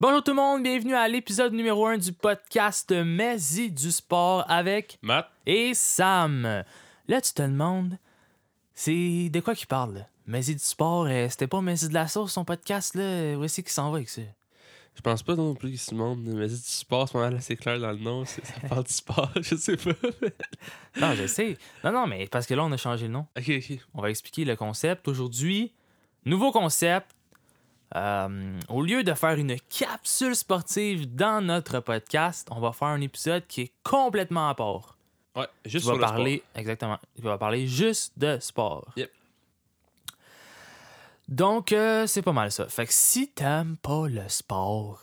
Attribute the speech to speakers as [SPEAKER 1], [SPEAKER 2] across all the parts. [SPEAKER 1] Bonjour tout le monde, bienvenue à l'épisode numéro 1 du podcast Maisy du sport avec
[SPEAKER 2] Matt,
[SPEAKER 1] et Sam. Là, tu te demandes, c'est de quoi qu'il parle? là? Maisy du sport, euh, c'était pas Maisy de la sauce son podcast là, où est-ce qu'il s'en va avec ça?
[SPEAKER 2] je pense pas non plus que Simon mais si tu sport, c'est pas mal assez clair dans le nom, c'est- ça parle du sport, je sais pas.
[SPEAKER 1] Non, je sais. Non, non, mais parce que là, on a changé le nom.
[SPEAKER 2] ok, ok.
[SPEAKER 1] On va expliquer le concept. Aujourd'hui, nouveau concept. Euh, au lieu de faire une capsule sportive dans notre podcast, on va faire un épisode qui est complètement à part.
[SPEAKER 2] Ouais,
[SPEAKER 1] Tu
[SPEAKER 2] juste
[SPEAKER 1] vas
[SPEAKER 2] sur
[SPEAKER 1] parler, exactement. Tu vas parler juste de sport.
[SPEAKER 2] Yep.
[SPEAKER 1] Donc, euh, c'est pas mal ça. Fait que si t'aimes pas le sport,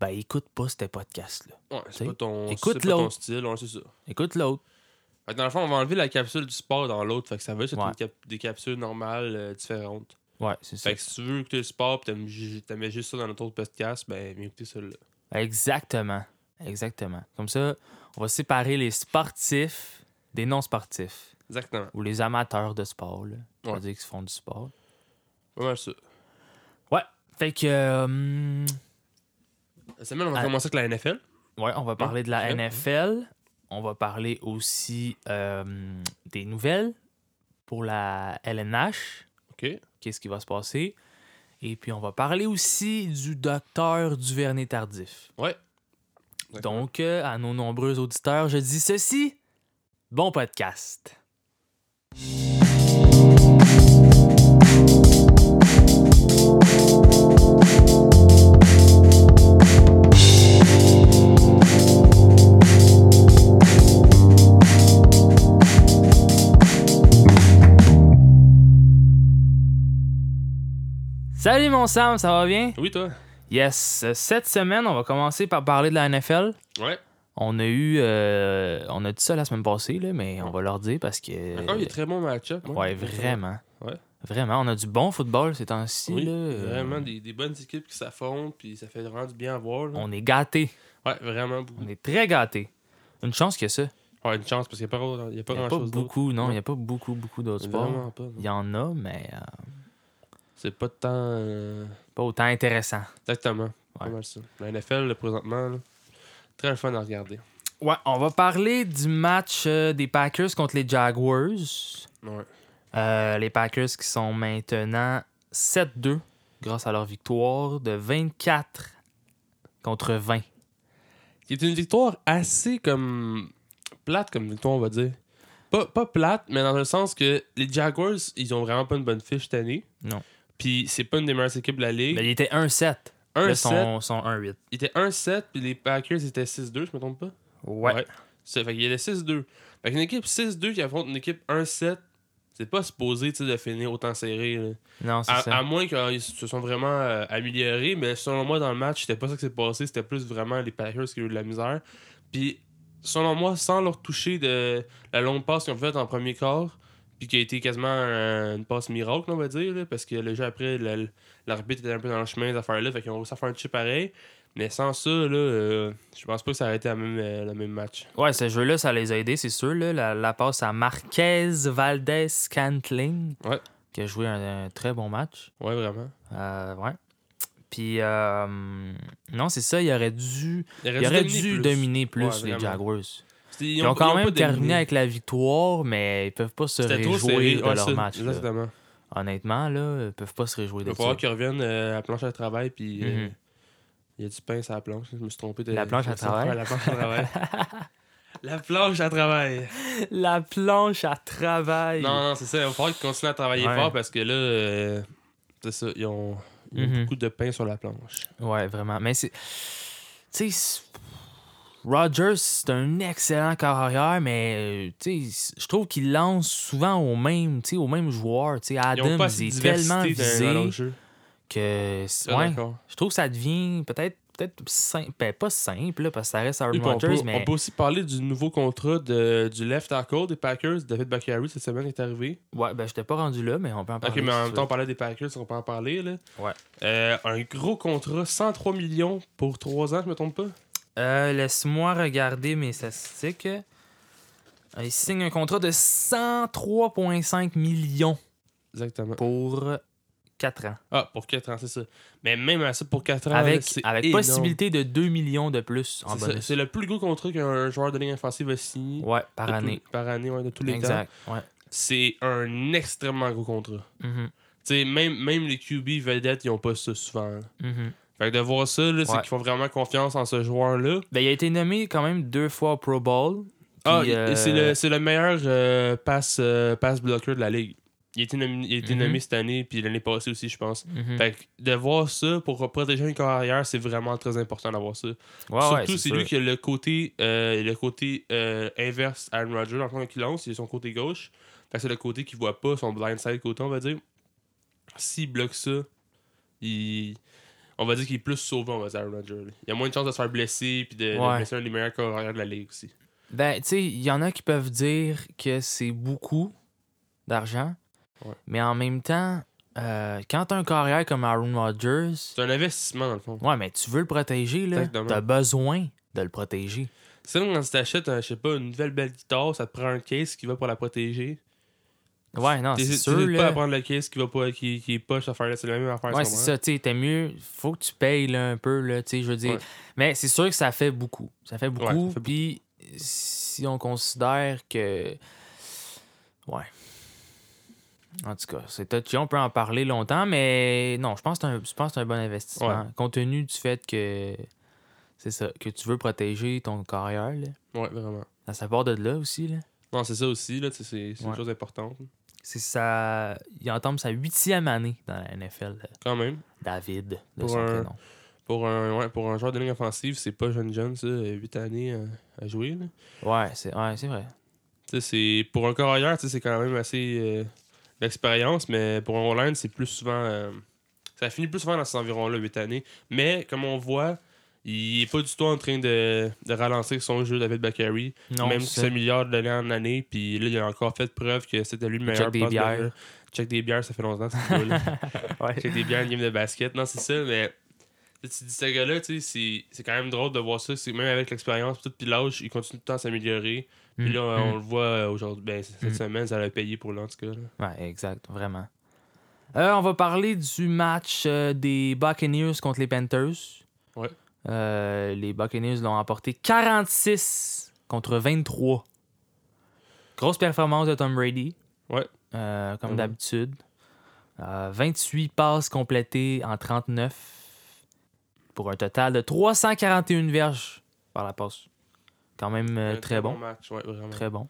[SPEAKER 1] ben écoute pas ce podcast-là.
[SPEAKER 2] le sport. Ouais,
[SPEAKER 1] T'sais,
[SPEAKER 2] c'est pas ton,
[SPEAKER 1] écoute
[SPEAKER 2] c'est pas ton
[SPEAKER 1] l'autre.
[SPEAKER 2] style, ouais, c'est ça.
[SPEAKER 1] Écoute l'autre.
[SPEAKER 2] Fait que dans le fond, on va enlever la capsule du sport dans l'autre, fait que ça va juste être
[SPEAKER 1] Ouais.
[SPEAKER 2] une cap- des capsules normales euh, différentes.
[SPEAKER 1] Ouais, c'est ça.
[SPEAKER 2] Fait que si tu veux écouter le sport pis t'aimes ju- t'aimais juste ça dans notre autre podcast, ben viens écouter ça là.
[SPEAKER 1] Exactement. Exactement. Comme ça, on va séparer les sportifs des non-sportifs.
[SPEAKER 2] Exactement,
[SPEAKER 1] Ou les amateurs de sport, là. On va
[SPEAKER 2] Ouais.
[SPEAKER 1] dire qu'ils font du sport.
[SPEAKER 2] pas mal ça.
[SPEAKER 1] Fait que... euh, hum,
[SPEAKER 2] Cette semaine, on va
[SPEAKER 1] Ah.
[SPEAKER 2] commencer avec la NFL.
[SPEAKER 1] Ouais, on va parler de la
[SPEAKER 2] Ouais.
[SPEAKER 1] NFL. On va parler aussi euh, des nouvelles pour la LNH.
[SPEAKER 2] Ok.
[SPEAKER 1] Qu'est-ce qui va se passer? Et puis, on va parler aussi du docteur Duvernay Tardif.
[SPEAKER 2] Ouais.
[SPEAKER 1] Donc, euh, à nos nombreux auditeurs, je dis ceci. Bon podcast. Salut mon Sam, ça va bien?
[SPEAKER 2] Oui, toi.
[SPEAKER 1] Yes, euh, cette semaine, on va commencer par parler de la NFL.
[SPEAKER 2] Ouais.
[SPEAKER 1] On a eu. euh, on a dit ça la semaine passée, là, mais on va leur dire parce que.
[SPEAKER 2] Encore, il est très bon match-up.
[SPEAKER 1] Euh, ouais, vraiment.
[SPEAKER 2] Ouais.
[SPEAKER 1] Vraiment, on a du bon football ces temps-ci.
[SPEAKER 2] Oui,
[SPEAKER 1] là, euh,
[SPEAKER 2] Vraiment des, des bonnes équipes qui s'affrontent, puis ça fait vraiment du bien à voir. là.
[SPEAKER 1] On est gâtés.
[SPEAKER 2] Ouais, vraiment beaucoup.
[SPEAKER 1] On est très gâtés. Une chance qu'il y a ça.
[SPEAKER 2] Ouais, une chance, parce qu'il n'y a pas, il y a pas
[SPEAKER 1] Il n'y a
[SPEAKER 2] grand
[SPEAKER 1] pas
[SPEAKER 2] chose d'autre.
[SPEAKER 1] beaucoup, non, il
[SPEAKER 2] Non.
[SPEAKER 1] n'y a pas beaucoup, beaucoup d'autres sports.
[SPEAKER 2] Vraiment pas. non.
[SPEAKER 1] Il y en a, mais euh,
[SPEAKER 2] C'est pas tant. euh,
[SPEAKER 1] pas autant intéressant.
[SPEAKER 2] Exactement. Pas mal ça. La NFL, là, présentement, là, très le fun à regarder.
[SPEAKER 1] Ouais, on va parler du match euh, des Packers contre les Jaguars.
[SPEAKER 2] Ouais.
[SPEAKER 1] Euh, les Packers qui sont maintenant 7-2 grâce à leur victoire de 24 contre 20.
[SPEAKER 2] Qui est une victoire assez comme. plate comme victoire, on va dire. Pas, pas plate, mais dans le sens que les Jaguars, ils ont vraiment pas une bonne fiche cette année.
[SPEAKER 1] Non.
[SPEAKER 2] Puis c'est pas une des meilleures équipes de la ligue.
[SPEAKER 1] Mais il était 1-7. Là,
[SPEAKER 2] 1-7,
[SPEAKER 1] ils sont, sont 1-8.
[SPEAKER 2] ils étaient 1-7, puis les Packers étaient 6-2, je me trompe pas.
[SPEAKER 1] Ouais.
[SPEAKER 2] Ouais. Ça fait qu'il y a le 6-2. Fait qu'une équipe 6-2 qui affronte une équipe 1-7, c'est pas supposé tu sais, de finir autant serré. là.
[SPEAKER 1] Non, c'est
[SPEAKER 2] À,
[SPEAKER 1] ça.
[SPEAKER 2] à moins qu'ils se sont vraiment euh, améliorés, mais selon moi, dans le match, c'était pas ça qui s'est passé. C'était plus vraiment les Packers qui ont eu de la misère. Puis, selon moi, sans leur toucher de la longue passe qu'ils ont faite en premier quart, puis qui a été quasiment euh, une passe miracle, on va dire, là, parce que le jeu après, la- l'arbitre était un peu dans le chemin des affaires-là, fait qu'ils ont réussi à faire un chip pareil. Mais sans ça, là, euh, je pense pas que ça aurait été la même, euh, le même match.
[SPEAKER 1] Ouais, ce jeu-là, ça les a aidés, c'est sûr. là. La, la passe à Marquez Valdez Cantling,
[SPEAKER 2] Ouais.
[SPEAKER 1] qui a joué un, un très bon match.
[SPEAKER 2] Ouais, vraiment.
[SPEAKER 1] Euh, ouais. Puis, euh, non, c'est ça, il aurait dû,
[SPEAKER 2] Il
[SPEAKER 1] il aurait dû
[SPEAKER 2] plus.
[SPEAKER 1] dominer plus,
[SPEAKER 2] Ouais,
[SPEAKER 1] les
[SPEAKER 2] vraiment.
[SPEAKER 1] Jaguars.
[SPEAKER 2] C'était- Ils
[SPEAKER 1] Ils ont quand
[SPEAKER 2] ils
[SPEAKER 1] même
[SPEAKER 2] pas dominé.
[SPEAKER 1] terminé avec la victoire, mais ils peuvent pas se
[SPEAKER 2] C'était trop
[SPEAKER 1] réjouir
[SPEAKER 2] serré.
[SPEAKER 1] de
[SPEAKER 2] Ouais,
[SPEAKER 1] leur
[SPEAKER 2] ça,
[SPEAKER 1] match. là.
[SPEAKER 2] Exactement.
[SPEAKER 1] Honnêtement, là, ils peuvent pas se réjouir
[SPEAKER 2] Il
[SPEAKER 1] de
[SPEAKER 2] va
[SPEAKER 1] ça.
[SPEAKER 2] falloir qu'ils reviennent euh, à la planche à travail. Puis euh,
[SPEAKER 1] Mhm.
[SPEAKER 2] il y a du pain sur la planche. Je me suis trompé de.
[SPEAKER 1] La planche à
[SPEAKER 2] Ouais,
[SPEAKER 1] travail.
[SPEAKER 2] La planche à travail. la planche à travail.
[SPEAKER 1] La planche à travail.
[SPEAKER 2] Non, non, c'est ça. Il va falloir qu'ils continuent à travailler
[SPEAKER 1] Ouais.
[SPEAKER 2] fort parce que là, euh, c'est ça. Ils ont, ils ont
[SPEAKER 1] Mhm.
[SPEAKER 2] beaucoup de pain sur la planche.
[SPEAKER 1] Ouais, vraiment. Mais c'est. Tu sais, c'est- Rodgers, c'est un excellent corps arrière, mais euh, tu sais, je trouve qu'il lance souvent au même, tu sais, au même joueur. Tu sais,
[SPEAKER 2] Ils ont
[SPEAKER 1] Adams
[SPEAKER 2] pas assez de
[SPEAKER 1] est tellement
[SPEAKER 2] diversité dans,
[SPEAKER 1] visé
[SPEAKER 2] dans leur jeu.
[SPEAKER 1] que. c'est-
[SPEAKER 2] Ah,
[SPEAKER 1] Ouais,
[SPEAKER 2] d'accord.
[SPEAKER 1] je trouve que ça devient peut-être. Peut-être simple, ben, pas simple, là, parce que ça reste Aaron
[SPEAKER 2] Oui, puis on, peut,
[SPEAKER 1] Rodgers,
[SPEAKER 2] on
[SPEAKER 1] mais
[SPEAKER 2] peut aussi parler du nouveau contrat de, du left tackle des Packers. David Bakary, cette semaine, est arrivé.
[SPEAKER 1] ouais, ben, je t'ai pas rendu là, mais on peut en parler.
[SPEAKER 2] Ok, mais
[SPEAKER 1] si
[SPEAKER 2] en
[SPEAKER 1] tu
[SPEAKER 2] même temps, on parlait des Packers, on peut en parler. Là.
[SPEAKER 1] Ouais.
[SPEAKER 2] Euh, un gros contrat, 103 millions pour 3 ans, je me trompe pas.
[SPEAKER 1] Euh, Laisse-moi regarder mes statistiques. Euh, il signe un contrat de 103,5 millions
[SPEAKER 2] Exactement.
[SPEAKER 1] pour 4 ans.
[SPEAKER 2] Ah, pour 4 ans, c'est ça. Mais même à ça, pour 4 ans, là,
[SPEAKER 1] Avec,
[SPEAKER 2] Ah, c'est
[SPEAKER 1] avec
[SPEAKER 2] énorme.
[SPEAKER 1] possibilité de 2 millions de plus en
[SPEAKER 2] C'est ça,
[SPEAKER 1] bonus.
[SPEAKER 2] C'est le plus gros contrat qu'un joueur de ligne offensive a signé.
[SPEAKER 1] Ouais, par
[SPEAKER 2] de tout-
[SPEAKER 1] année.
[SPEAKER 2] par année, ouais, de tous les temps.
[SPEAKER 1] Exact. Ouais.
[SPEAKER 2] C'est un extrêmement gros contrat.
[SPEAKER 1] Mhm,
[SPEAKER 2] Tu sais, même, même les QB vedettes, ils n'ont pas ça souvent. là.
[SPEAKER 1] mhm.
[SPEAKER 2] Fait que de voir ça, là, c'est
[SPEAKER 1] Ouais.
[SPEAKER 2] qu'ils font vraiment confiance en ce joueur-là.
[SPEAKER 1] Ben, il a été nommé quand même deux fois au Pro Bowl.
[SPEAKER 2] Ah,
[SPEAKER 1] Puis, euh,
[SPEAKER 2] il- c'est le, c'est le meilleur euh, pass, euh, pass blocker de la ligue. Il a été nommé, il a été
[SPEAKER 1] Mhm.
[SPEAKER 2] nommé cette année, puis l'année passée aussi, je pense.
[SPEAKER 1] mhm.
[SPEAKER 2] Fait que de voir ça pour protéger un corps arrière, c'est vraiment très important d'avoir ça.
[SPEAKER 1] Ouais, ouais,
[SPEAKER 2] Surtout, c'est
[SPEAKER 1] sûr.
[SPEAKER 2] lui qui a le côté, euh, le côté euh, inverse à Aaron Rodgers. Dans le fond, quand il lance, il a son côté gauche. Fait que c'est le côté qu'il voit pas, son blind side côté, on va dire. S'il bloque ça, il... on va dire qu'il est plus sauvé, on va dire, Aaron Rodgers. là. Il a moins de chances de se faire blesser puis de, de
[SPEAKER 1] Ouais.
[SPEAKER 2] blesser un des meilleurs corps arrière de la ligue aussi.
[SPEAKER 1] Ben, tu sais, il y en a qui peuvent dire que c'est beaucoup d'argent,
[SPEAKER 2] Ouais.
[SPEAKER 1] mais en même temps, euh, quand t'as un carrière comme Aaron Rodgers,
[SPEAKER 2] C'est un investissement, dans le fond.
[SPEAKER 1] ouais, mais tu veux le protéger, là.
[SPEAKER 2] Exactement.
[SPEAKER 1] T'as besoin de le protéger.
[SPEAKER 2] C'est comme quand tu t'achètes, un- je sais pas, une nouvelle belle guitare, ça te prend un case qui va pour la protéger.
[SPEAKER 1] Ouais, non,
[SPEAKER 2] Tu
[SPEAKER 1] Ah, c'est sûr,
[SPEAKER 2] n'hésites pas à
[SPEAKER 1] là.
[SPEAKER 2] prendre le case qui, va pas, qui, qui est poche à faire, c'est la même affaire.
[SPEAKER 1] Ouais,
[SPEAKER 2] tu
[SPEAKER 1] c'est
[SPEAKER 2] comprends?
[SPEAKER 1] ça, tu sais, t'es mieux, faut que tu payes, là, un peu, là, tu sais, je veux dire.
[SPEAKER 2] Ouais.
[SPEAKER 1] Mais c'est sûr que ça fait beaucoup. Ça fait
[SPEAKER 2] ça fait
[SPEAKER 1] beaucoup,
[SPEAKER 2] beaucoup.
[SPEAKER 1] puis si on considère que... Ouais. En tout cas, c'est touchy, on peut en parler longtemps, mais non, je pense que c'est un, je pense que c'est un bon investissement.
[SPEAKER 2] Ouais.
[SPEAKER 1] Compte tenu du fait que... C'est ça, que tu veux protéger ton carrière, là.
[SPEAKER 2] Ouais, vraiment.
[SPEAKER 1] Ça, ça part de là aussi, là.
[SPEAKER 2] Non, c'est ça aussi, là, tu sais, c'est c'est une
[SPEAKER 1] Ouais.
[SPEAKER 2] chose importante.
[SPEAKER 1] C'est ça... Il entame sa huitième année dans la NFL, là.
[SPEAKER 2] Quand même.
[SPEAKER 1] euh, David, de
[SPEAKER 2] Pour
[SPEAKER 1] son
[SPEAKER 2] un-
[SPEAKER 1] prénom.
[SPEAKER 2] Pour un, ouais, pour un joueur de ligne offensive, c'est pas jeune jeune, ça, 8 années euh, à jouer. Là.
[SPEAKER 1] Ouais, c'est ouais, c'est vrai.
[SPEAKER 2] Tu sais, c'est- Pour un carrière, tu sais, c'est quand même assez euh, d'expérience, mais pour un online, c'est plus souvent. euh, ça finit plus souvent dans ces environs-là, 8 années. Mais comme on voit, il est pas du tout en train de, de ralentir son jeu, David Bakary.
[SPEAKER 1] Non,
[SPEAKER 2] même
[SPEAKER 1] c'est
[SPEAKER 2] s'il
[SPEAKER 1] ça.
[SPEAKER 2] s'améliore de l'année en année, puis là, il a encore fait preuve que c'était lui le meilleur.
[SPEAKER 1] check des
[SPEAKER 2] pass
[SPEAKER 1] bières.
[SPEAKER 2] blocker. Check des bières, ça fait longtemps, c'est cool.
[SPEAKER 1] Ouais.
[SPEAKER 2] J'ai des bières, une game de basket. Non, c'est ça, mais tu sais, tu dis ce gars-là, tu sais, c'est- c'est quand même drôle de voir ça. C'est- Même avec l'expérience, puis tout, puis l'âge, il continue tout le temps à s'améliorer. Puis là, on le voit euh, aujourd'hui, ben, cette
[SPEAKER 1] Mm.
[SPEAKER 2] semaine, ça l'a payé pour lui, en tout cas. là.
[SPEAKER 1] Ouais, exact, vraiment. Euh, on va parler du match euh, des Buccaneers contre les Panthers.
[SPEAKER 2] Ouais.
[SPEAKER 1] Euh, les Buccaneers l'ont emporté 46 contre 23. Grosse performance de Tom Brady.
[SPEAKER 2] Ouais. Mm-hmm.
[SPEAKER 1] Euh, comme
[SPEAKER 2] Ouais.
[SPEAKER 1] d'habitude. Euh, 28 passes complétées en 39 pour un total de 341 verges par la passe. Quand même euh,
[SPEAKER 2] Un
[SPEAKER 1] très bon.
[SPEAKER 2] match, ouais, vraiment.
[SPEAKER 1] Mm. Très bon.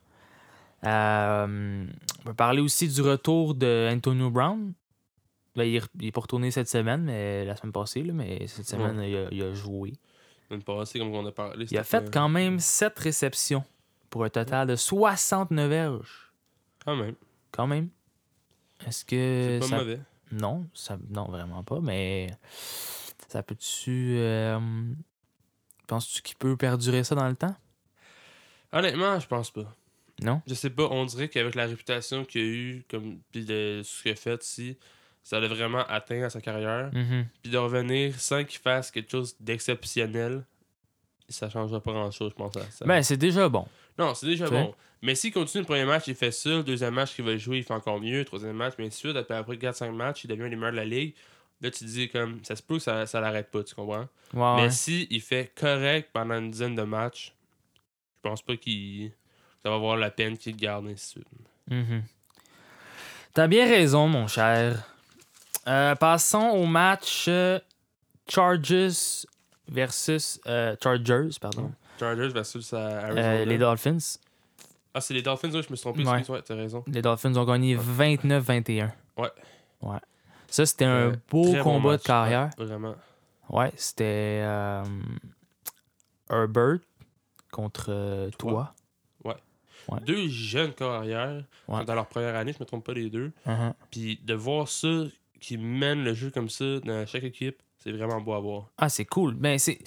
[SPEAKER 1] Euh, on peut parler aussi du retour de Antonio Brown. Ben, il, est re- il est pas retourné cette semaine, mais la semaine passée, là, mais cette semaine, il, a, il a joué.
[SPEAKER 2] Même pas assez, comme on a parlé.
[SPEAKER 1] Il
[SPEAKER 2] c'était
[SPEAKER 1] a fait quand même 7 réceptions pour un total de 69 verges.
[SPEAKER 2] Quand même.
[SPEAKER 1] Quand même. Est-ce
[SPEAKER 2] C'est
[SPEAKER 1] que.
[SPEAKER 2] pas
[SPEAKER 1] Euh, ça-
[SPEAKER 2] mauvais.
[SPEAKER 1] Non, ça... non, vraiment pas, mais ça peut-tu. euh, Penses-tu qu'il peut perdurer ça dans le temps?
[SPEAKER 2] Honnêtement, je pense pas.
[SPEAKER 1] Non?
[SPEAKER 2] Je sais pas, on dirait qu'avec la réputation qu'il a eu, comme, puis de ce qu'il a fait ici, ça l'a vraiment atteint à sa carrière.
[SPEAKER 1] Mhm.
[SPEAKER 2] puis de revenir sans qu'il fasse quelque chose d'exceptionnel, ça changera pas grand chose, je pense. à ça.
[SPEAKER 1] Ben, c'est déjà bon.
[SPEAKER 2] non, c'est déjà
[SPEAKER 1] tu
[SPEAKER 2] bon. Mais s'il continue le premier match, il fait ça, le deuxième match qu'il va jouer, il fait encore mieux, le troisième match, mais ensuite, après, après 4-5 matchs, il devient un des meilleurs de la ligue. Là, tu te dis comme ça se peut que ça, ça l'arrête pas, tu comprends?
[SPEAKER 1] Ouais, Ah ouais.
[SPEAKER 2] Mais si il fait correct pendant une dizaine de matchs, je pense pas qu'il ça va avoir la peine qu'il le garde ainsi de suite.
[SPEAKER 1] Mhm. T'as bien raison, mon cher. Euh, passons au match euh, Chargers versus euh, Chargers, pardon.
[SPEAKER 2] Chargers versus euh, Arizona.
[SPEAKER 1] Euh, les Dolphins.
[SPEAKER 2] Ah, c'est les Dolphins, ouais, je me suis trompé,
[SPEAKER 1] Ouais.
[SPEAKER 2] excuse, ouais, t'as raison.
[SPEAKER 1] Les Dolphins ont gagné 29-21.
[SPEAKER 2] Ouais.
[SPEAKER 1] Ouais. Ça, c'était un
[SPEAKER 2] Euh,
[SPEAKER 1] beau
[SPEAKER 2] Très bon
[SPEAKER 1] combat
[SPEAKER 2] match,
[SPEAKER 1] de carrière.
[SPEAKER 2] ouais, vraiment.
[SPEAKER 1] Ouais, c'était euh, Herbert contre euh, toi.
[SPEAKER 2] Toi. deux jeunes carrières
[SPEAKER 1] Ouais.
[SPEAKER 2] dans leur première année, je me trompe pas les deux.
[SPEAKER 1] Mhm.
[SPEAKER 2] Puis de voir ça qui mène le jeu comme ça dans chaque équipe, c'est vraiment beau à voir.
[SPEAKER 1] Ah, c'est cool. Ben, c'est...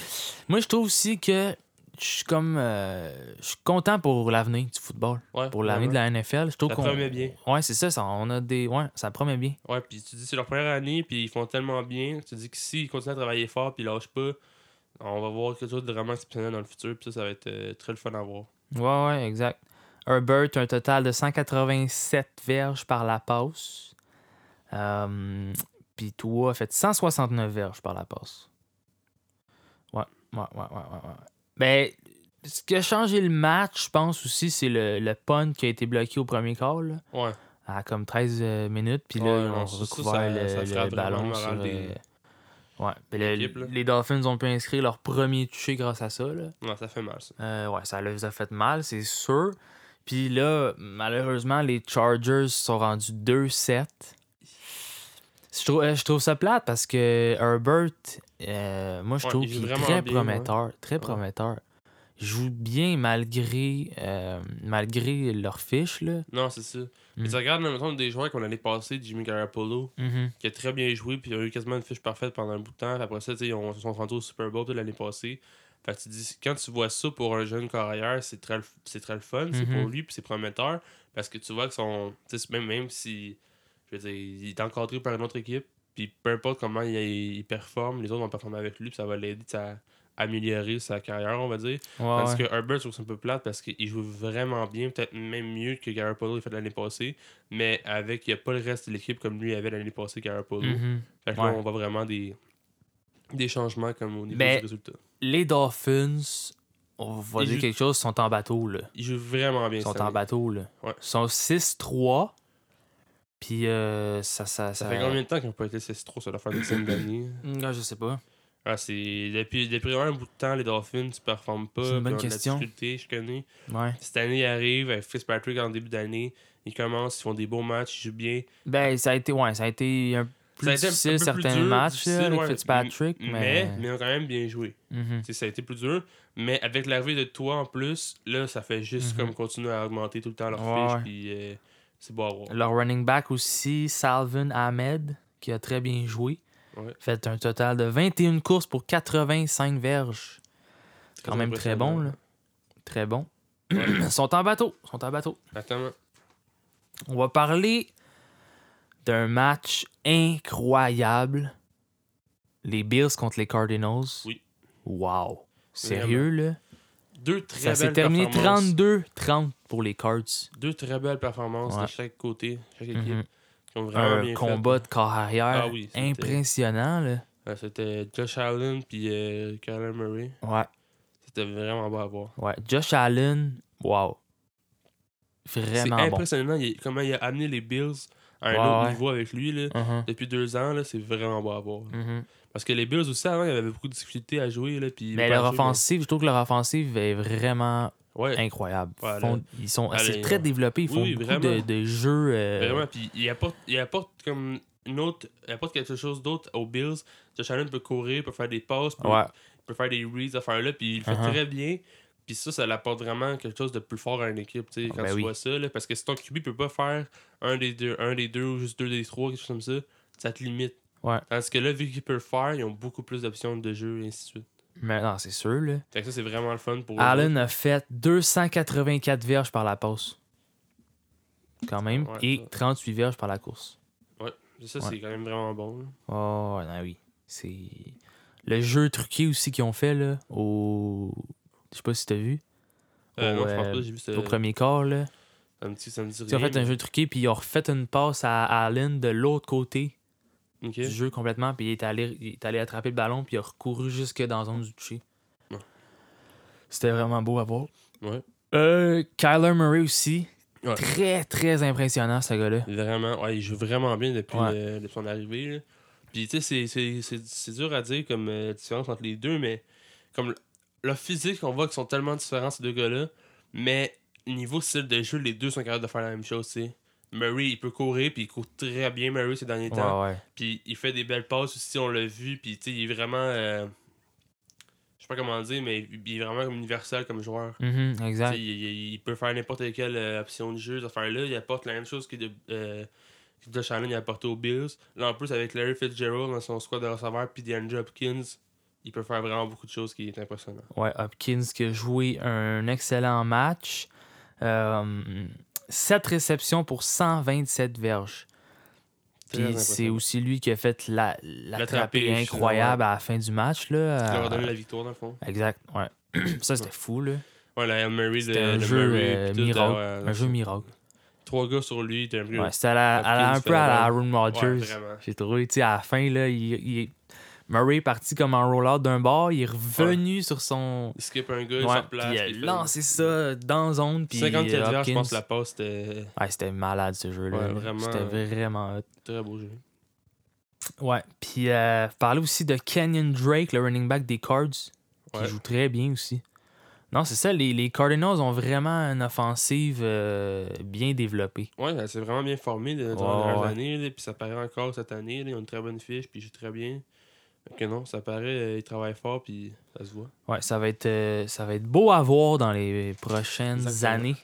[SPEAKER 1] Moi, je trouve aussi que je suis comme. euh, je suis content pour l'avenir du football.
[SPEAKER 2] Ouais,
[SPEAKER 1] Pour l'avenir de
[SPEAKER 2] vraiment.
[SPEAKER 1] la NFL. Je trouve
[SPEAKER 2] Ça
[SPEAKER 1] qu'on.
[SPEAKER 2] promet bien.
[SPEAKER 1] Ouais, c'est ça, ça. On a des. Ouais, ça promet bien.
[SPEAKER 2] Ouais, puis tu dis c'est leur première année, puis ils font tellement bien. Tu dis que s'ils continuent à travailler fort, puis ils lâchent pas, on va voir quelque chose de vraiment exceptionnel dans le futur. Puis ça, ça va être euh, très le fun à voir.
[SPEAKER 1] Ouais, ouais, exact. Herbert, un total de 187 verges par la passe. Euh, puis Tua a fait 169 verges par la passe. Ouais, ouais, ouais, ouais, ouais. ouais. Ben, ce qui a changé le match, je pense aussi, c'est le, le punt qui a été bloqué au premier call, là,
[SPEAKER 2] Ouais.
[SPEAKER 1] à comme 13 euh, minutes, puis là,
[SPEAKER 2] Ouais,
[SPEAKER 1] on
[SPEAKER 2] non, ça, ça,
[SPEAKER 1] recouvert
[SPEAKER 2] ça-
[SPEAKER 1] le,
[SPEAKER 2] ça
[SPEAKER 1] le
[SPEAKER 2] frappe vraiment
[SPEAKER 1] ballon
[SPEAKER 2] le
[SPEAKER 1] sur...
[SPEAKER 2] moral
[SPEAKER 1] euh,
[SPEAKER 2] des-
[SPEAKER 1] ouais, puis le-
[SPEAKER 2] l'équipe, là.
[SPEAKER 1] les Dolphins ont pu inscrire leur premier toucher grâce à ça, là.
[SPEAKER 2] Non, ça fait mal, ça.
[SPEAKER 1] Euh, ouais, ça les a fait mal, c'est sûr. Puis là, malheureusement, les Chargers sont rendus 2-7. Je trouve, euh, je trouve ça plate parce que Herbert, euh, moi, je
[SPEAKER 2] Ouais,
[SPEAKER 1] trouve
[SPEAKER 2] il joue
[SPEAKER 1] qu'il est
[SPEAKER 2] vraiment
[SPEAKER 1] très
[SPEAKER 2] bien, hein.
[SPEAKER 1] prometteur. Très prometteur. Il joue bien malgré, euh, malgré leur fiche. Là.
[SPEAKER 2] Non, c'est ça. Mais tu regardes, mettons, des joueurs qu'on l'année passée, Jimmy Garoppolo, qui a très bien joué, puis il a eu quasiment une fiche parfaite pendant un bout de temps. Puis après ça, tu sais, ils ont- ils sont rentrés au Super Bowl de l'année passée. Fait que tu dis, quand tu vois ça pour un jeune carrière, c'est très, le- c'est très le fun, c'est
[SPEAKER 1] Mhm.
[SPEAKER 2] pour lui, puis c'est prometteur, parce que tu vois que son. tu sais, Même, même si, je veux dire, il est encadré par une autre équipe, puis peu importe comment il, il performe, les autres vont performer avec lui, puis ça va l'aider tu sais, à améliorer sa carrière, on va dire.
[SPEAKER 1] Ouais,
[SPEAKER 2] Parce
[SPEAKER 1] ouais.
[SPEAKER 2] que Herbert, je trouve ça un peu plate parce qu'il joue vraiment bien, peut-être même mieux que Garoppolo il fait l'année passée, mais avec il n'y a pas le reste de l'équipe comme lui avait l'année passée Garoppolo.
[SPEAKER 1] Mhm.
[SPEAKER 2] Fait que là,
[SPEAKER 1] Ouais.
[SPEAKER 2] on voit vraiment des, des changements comme au niveau
[SPEAKER 1] Mais-
[SPEAKER 2] du résultat.
[SPEAKER 1] Les Dolphins, on va
[SPEAKER 2] Ils
[SPEAKER 1] dire
[SPEAKER 2] jouent-
[SPEAKER 1] quelque chose, sont en bateau. Là.
[SPEAKER 2] Il joue vraiment bien
[SPEAKER 1] Ils sont
[SPEAKER 2] cette
[SPEAKER 1] en
[SPEAKER 2] année.
[SPEAKER 1] bateau, là.
[SPEAKER 2] Ouais.
[SPEAKER 1] Ils sont 6-3. Puis euh, ça, ça,
[SPEAKER 2] Ça fait combien de temps qu'ils n'ont pas été 6-3 sur la fin de semaine d'année?
[SPEAKER 1] Mm, ah, je sais pas.
[SPEAKER 2] Ah, c'est... Depuis, depuis vraiment un bout de temps, les Dolphins ne performent pas.
[SPEAKER 1] C'est une bonne
[SPEAKER 2] puis ont de la
[SPEAKER 1] question.
[SPEAKER 2] difficulté, je connais.
[SPEAKER 1] Ouais.
[SPEAKER 2] Cette année, ils arrivent avec Fitzpatrick en début d'année. Ils commencent, ils font des beaux matchs, ils jouent bien.
[SPEAKER 1] Ben, ça a été, ouais, ça a été un plus
[SPEAKER 2] Ça a été un
[SPEAKER 1] difficile
[SPEAKER 2] peu plus
[SPEAKER 1] certains
[SPEAKER 2] dur,
[SPEAKER 1] matchs
[SPEAKER 2] difficile,
[SPEAKER 1] là, avec
[SPEAKER 2] ouais,
[SPEAKER 1] Fitzpatrick, mais.
[SPEAKER 2] Mais, mais ils ont quand même bien joué.
[SPEAKER 1] Mhm.
[SPEAKER 2] Tu sais, ça a été plus dur. Mais avec l'arrivée de toi en plus, là, ça fait juste
[SPEAKER 1] Mhm.
[SPEAKER 2] comme continuer à augmenter tout le temps leur
[SPEAKER 1] Ouais, ouais.
[SPEAKER 2] fiche. Puis euh, c'est beau à voir.
[SPEAKER 1] Leur running back aussi, Salvin Ahmed, qui a très bien joué.
[SPEAKER 2] Ouais.
[SPEAKER 1] Fait un total de 21 courses pour 85 verges.
[SPEAKER 2] C'est
[SPEAKER 1] Quand même très bon, là. Très bon. Ils sont en bateau. Ils sont en bateau.
[SPEAKER 2] Attends,
[SPEAKER 1] On va parler d'un match incroyable. Les Bills contre les Cardinals.
[SPEAKER 2] Oui.
[SPEAKER 1] Wow. Sérieux, là?
[SPEAKER 2] deux très
[SPEAKER 1] Ça s'est
[SPEAKER 2] belles
[SPEAKER 1] terminé
[SPEAKER 2] performances.
[SPEAKER 1] 32-30 pour les Cards.
[SPEAKER 2] Deux très belles performances
[SPEAKER 1] Ouais.
[SPEAKER 2] de chaque côté, chaque équipe.
[SPEAKER 1] Mhm.
[SPEAKER 2] Qui ont vraiment
[SPEAKER 1] Un
[SPEAKER 2] bien
[SPEAKER 1] combat de corps arrière
[SPEAKER 2] Ah oui, c'était-
[SPEAKER 1] impressionnant, là.
[SPEAKER 2] fait. Ouais, C'était Josh Allen puis euh, Kyler Murray.
[SPEAKER 1] Ouais,
[SPEAKER 2] C'était vraiment beau à voir.
[SPEAKER 1] ouais. Josh Allen, wow. Vraiment
[SPEAKER 2] c'est
[SPEAKER 1] bon.
[SPEAKER 2] impressionnant il- comment il a amené les Bills à un
[SPEAKER 1] Ouais,
[SPEAKER 2] autre
[SPEAKER 1] ouais.
[SPEAKER 2] niveau avec lui. Là.
[SPEAKER 1] Mhm,
[SPEAKER 2] Depuis deux ans, là, c'est vraiment beau à voir.
[SPEAKER 1] mhm.
[SPEAKER 2] Parce que les Bills aussi, avant, ils avaient beaucoup de difficultés à jouer. Là, puis
[SPEAKER 1] Mais
[SPEAKER 2] pas à
[SPEAKER 1] leur
[SPEAKER 2] jouer, mais-
[SPEAKER 1] offensive, je trouve que leur offensive est vraiment
[SPEAKER 2] Ouais,
[SPEAKER 1] incroyable.
[SPEAKER 2] Ouais,
[SPEAKER 1] Font-
[SPEAKER 2] là.
[SPEAKER 1] ils sont,
[SPEAKER 2] Ah,
[SPEAKER 1] c'est
[SPEAKER 2] là,
[SPEAKER 1] très
[SPEAKER 2] ouais.
[SPEAKER 1] développé. Ils
[SPEAKER 2] Oui,
[SPEAKER 1] font
[SPEAKER 2] oui,
[SPEAKER 1] beaucoup de,
[SPEAKER 2] vraiment.
[SPEAKER 1] de jeux. euh,
[SPEAKER 2] Vraiment, puis il apporte, il apporte comme une autre, il apporte quelque chose d'autre aux Bills. Josh Allen peut courir, peut faire des passes, peut,
[SPEAKER 1] Ouais.
[SPEAKER 2] peut faire des reads, affaire là, puis il le fait
[SPEAKER 1] Uh-huh.
[SPEAKER 2] très bien. Puis ça, ça l'apporte vraiment quelque chose de plus fort à une équipe, tu sais,
[SPEAKER 1] Ah,
[SPEAKER 2] quand
[SPEAKER 1] ben
[SPEAKER 2] tu
[SPEAKER 1] oui.
[SPEAKER 2] vois ça, là, parce que si ton QB peut pas faire un des deux, un des deux ou juste deux des trois, quelque chose comme ça, ça te limite.
[SPEAKER 1] Ouais.
[SPEAKER 2] Tandis que là, vu qu'ils peuvent le faire, ils ont beaucoup plus d'options de jeu et ainsi de suite.
[SPEAKER 1] Mais non, c'est sûr, là.
[SPEAKER 2] Fait que ça, c'est vraiment le fun pour eux
[SPEAKER 1] Allen a fait 284 verges par la passe. Quand même.
[SPEAKER 2] Ouais,
[SPEAKER 1] et
[SPEAKER 2] ça.
[SPEAKER 1] 38 verges par la course.
[SPEAKER 2] autres. Ça,
[SPEAKER 1] Ouais.
[SPEAKER 2] c'est quand même vraiment bon. là.
[SPEAKER 1] Oh, non, oui. C'est. Le jeu truqué aussi qu'ils ont fait, là, au. Je sais pas si t'as vu. Au,
[SPEAKER 2] Euh, non, je pense
[SPEAKER 1] euh,
[SPEAKER 2] pas, j'ai vu ce-
[SPEAKER 1] Au premier quart, là.
[SPEAKER 2] ça me dit- ça me dit
[SPEAKER 1] Ils ont
[SPEAKER 2] rien,
[SPEAKER 1] fait un
[SPEAKER 2] mais-
[SPEAKER 1] jeu truqué, puis ils ont refait une passe à Allen de l'autre côté
[SPEAKER 2] Ok.
[SPEAKER 1] du jeu complètement, puis il est allé, il est allé attraper le ballon, puis il a recouru jusque dans la zone du toucher.
[SPEAKER 2] Ouais.
[SPEAKER 1] C'était vraiment beau à voir.
[SPEAKER 2] Ouais.
[SPEAKER 1] Euh, Kyler Murray aussi.
[SPEAKER 2] Ouais.
[SPEAKER 1] Très, très impressionnant, ce gars-là.
[SPEAKER 2] Vraiment, ouais, il joue vraiment bien depuis,
[SPEAKER 1] Ouais.
[SPEAKER 2] le- depuis son arrivée. là. Puis, tu sais, c'est- c'est- c'est c'est dur à dire comme euh, différence entre les deux, mais comme le- leur physique, on voit qu'ils sont tellement différents, ces deux gars-là. Mais niveau style de jeu, les deux sont capables de faire la même chose, tu sais. Murray, il peut courir, puis il court très bien, Murray, ces derniers temps.
[SPEAKER 1] Ouais, ouais.
[SPEAKER 2] Puis, il fait des belles passes aussi, on l'a vu. Puis, tu sais, il est vraiment. euh, je sais pas comment dire, mais il est vraiment comme universel comme joueur.
[SPEAKER 1] Mhm,
[SPEAKER 2] Tu sais,
[SPEAKER 1] exact.
[SPEAKER 2] Il, il- il peut faire n'importe quelle euh, option de jeu, cette affaire-là. Il apporte la même chose que, de, euh, que Josh Allen a apporté aux Bills. Là, en plus, avec Larry Fitzgerald dans son squad de receveurs, puis DeAndre Hopkins, il peut faire vraiment beaucoup de choses qui est impressionnant.
[SPEAKER 1] Ouais, Hopkins qui a joué un excellent match. Euh, 7 réceptions pour 127 verges.
[SPEAKER 2] Très
[SPEAKER 1] Puis c'est
[SPEAKER 2] impressionnant.
[SPEAKER 1] aussi lui qui a fait la- l'attrapée
[SPEAKER 2] L'attrapé,
[SPEAKER 1] incroyable à la fin du match. Là,
[SPEAKER 2] Il
[SPEAKER 1] Euh,
[SPEAKER 2] leur a donné la victoire, dans le fond.
[SPEAKER 1] Exact, ouais. ça, c'était fou, là.
[SPEAKER 2] Ouais, la Hail Mary,
[SPEAKER 1] C'était
[SPEAKER 2] le,
[SPEAKER 1] un
[SPEAKER 2] le
[SPEAKER 1] jeu
[SPEAKER 2] Murray,
[SPEAKER 1] euh,
[SPEAKER 2] puis tout,
[SPEAKER 1] miracle.
[SPEAKER 2] euh, ouais,
[SPEAKER 1] Un jeu miracle.
[SPEAKER 2] trois gars sur lui. T'es un peu.
[SPEAKER 1] Ouais, c'était à la- à la- un
[SPEAKER 2] Hopkins,
[SPEAKER 1] peu à la
[SPEAKER 2] Ferrell.
[SPEAKER 1] Aaron Rodgers.
[SPEAKER 2] Ouais, vraiment.
[SPEAKER 1] J'ai trouvé, tu sais, à la fin, là, il, il- Murray est parti comme en roll-out d'un bar, il est revenu sur son.
[SPEAKER 2] Il skip un gars, il
[SPEAKER 1] Ouais,
[SPEAKER 2] se
[SPEAKER 1] puis
[SPEAKER 2] place.
[SPEAKER 1] il
[SPEAKER 2] puis
[SPEAKER 1] a
[SPEAKER 2] il fait-
[SPEAKER 1] lancé ça dans zone. Puis euh,
[SPEAKER 2] 54 yards, je
[SPEAKER 1] Hopkins-
[SPEAKER 2] pense, la passe, c'était
[SPEAKER 1] Ouais, c'était malade ce jeu-là.
[SPEAKER 2] Ouais,
[SPEAKER 1] là.
[SPEAKER 2] vraiment.
[SPEAKER 1] C'était vraiment hot.
[SPEAKER 2] très beau jeu.
[SPEAKER 1] Ouais, puis euh, parler aussi de Kenyon Drake, le running back des Cards, qui
[SPEAKER 2] Ouais.
[SPEAKER 1] joue très bien aussi. Non, c'est ça, les, les Cardinals ont vraiment une offensive euh, bien développée.
[SPEAKER 2] Ouais, elle s'est vraiment bien formée là, dans les
[SPEAKER 1] Ouais,
[SPEAKER 2] dernières
[SPEAKER 1] ouais.
[SPEAKER 2] années, là, puis ça paraît encore cette année. Là, ils ont une très bonne fiche, puis ils jouent très bien. Fait que non, ça paraît, euh, ils travaillent fort, puis ça se voit.
[SPEAKER 1] Ouais, ça va être, euh, ça va être beau à voir dans les prochaines
[SPEAKER 2] Exactement.
[SPEAKER 1] années.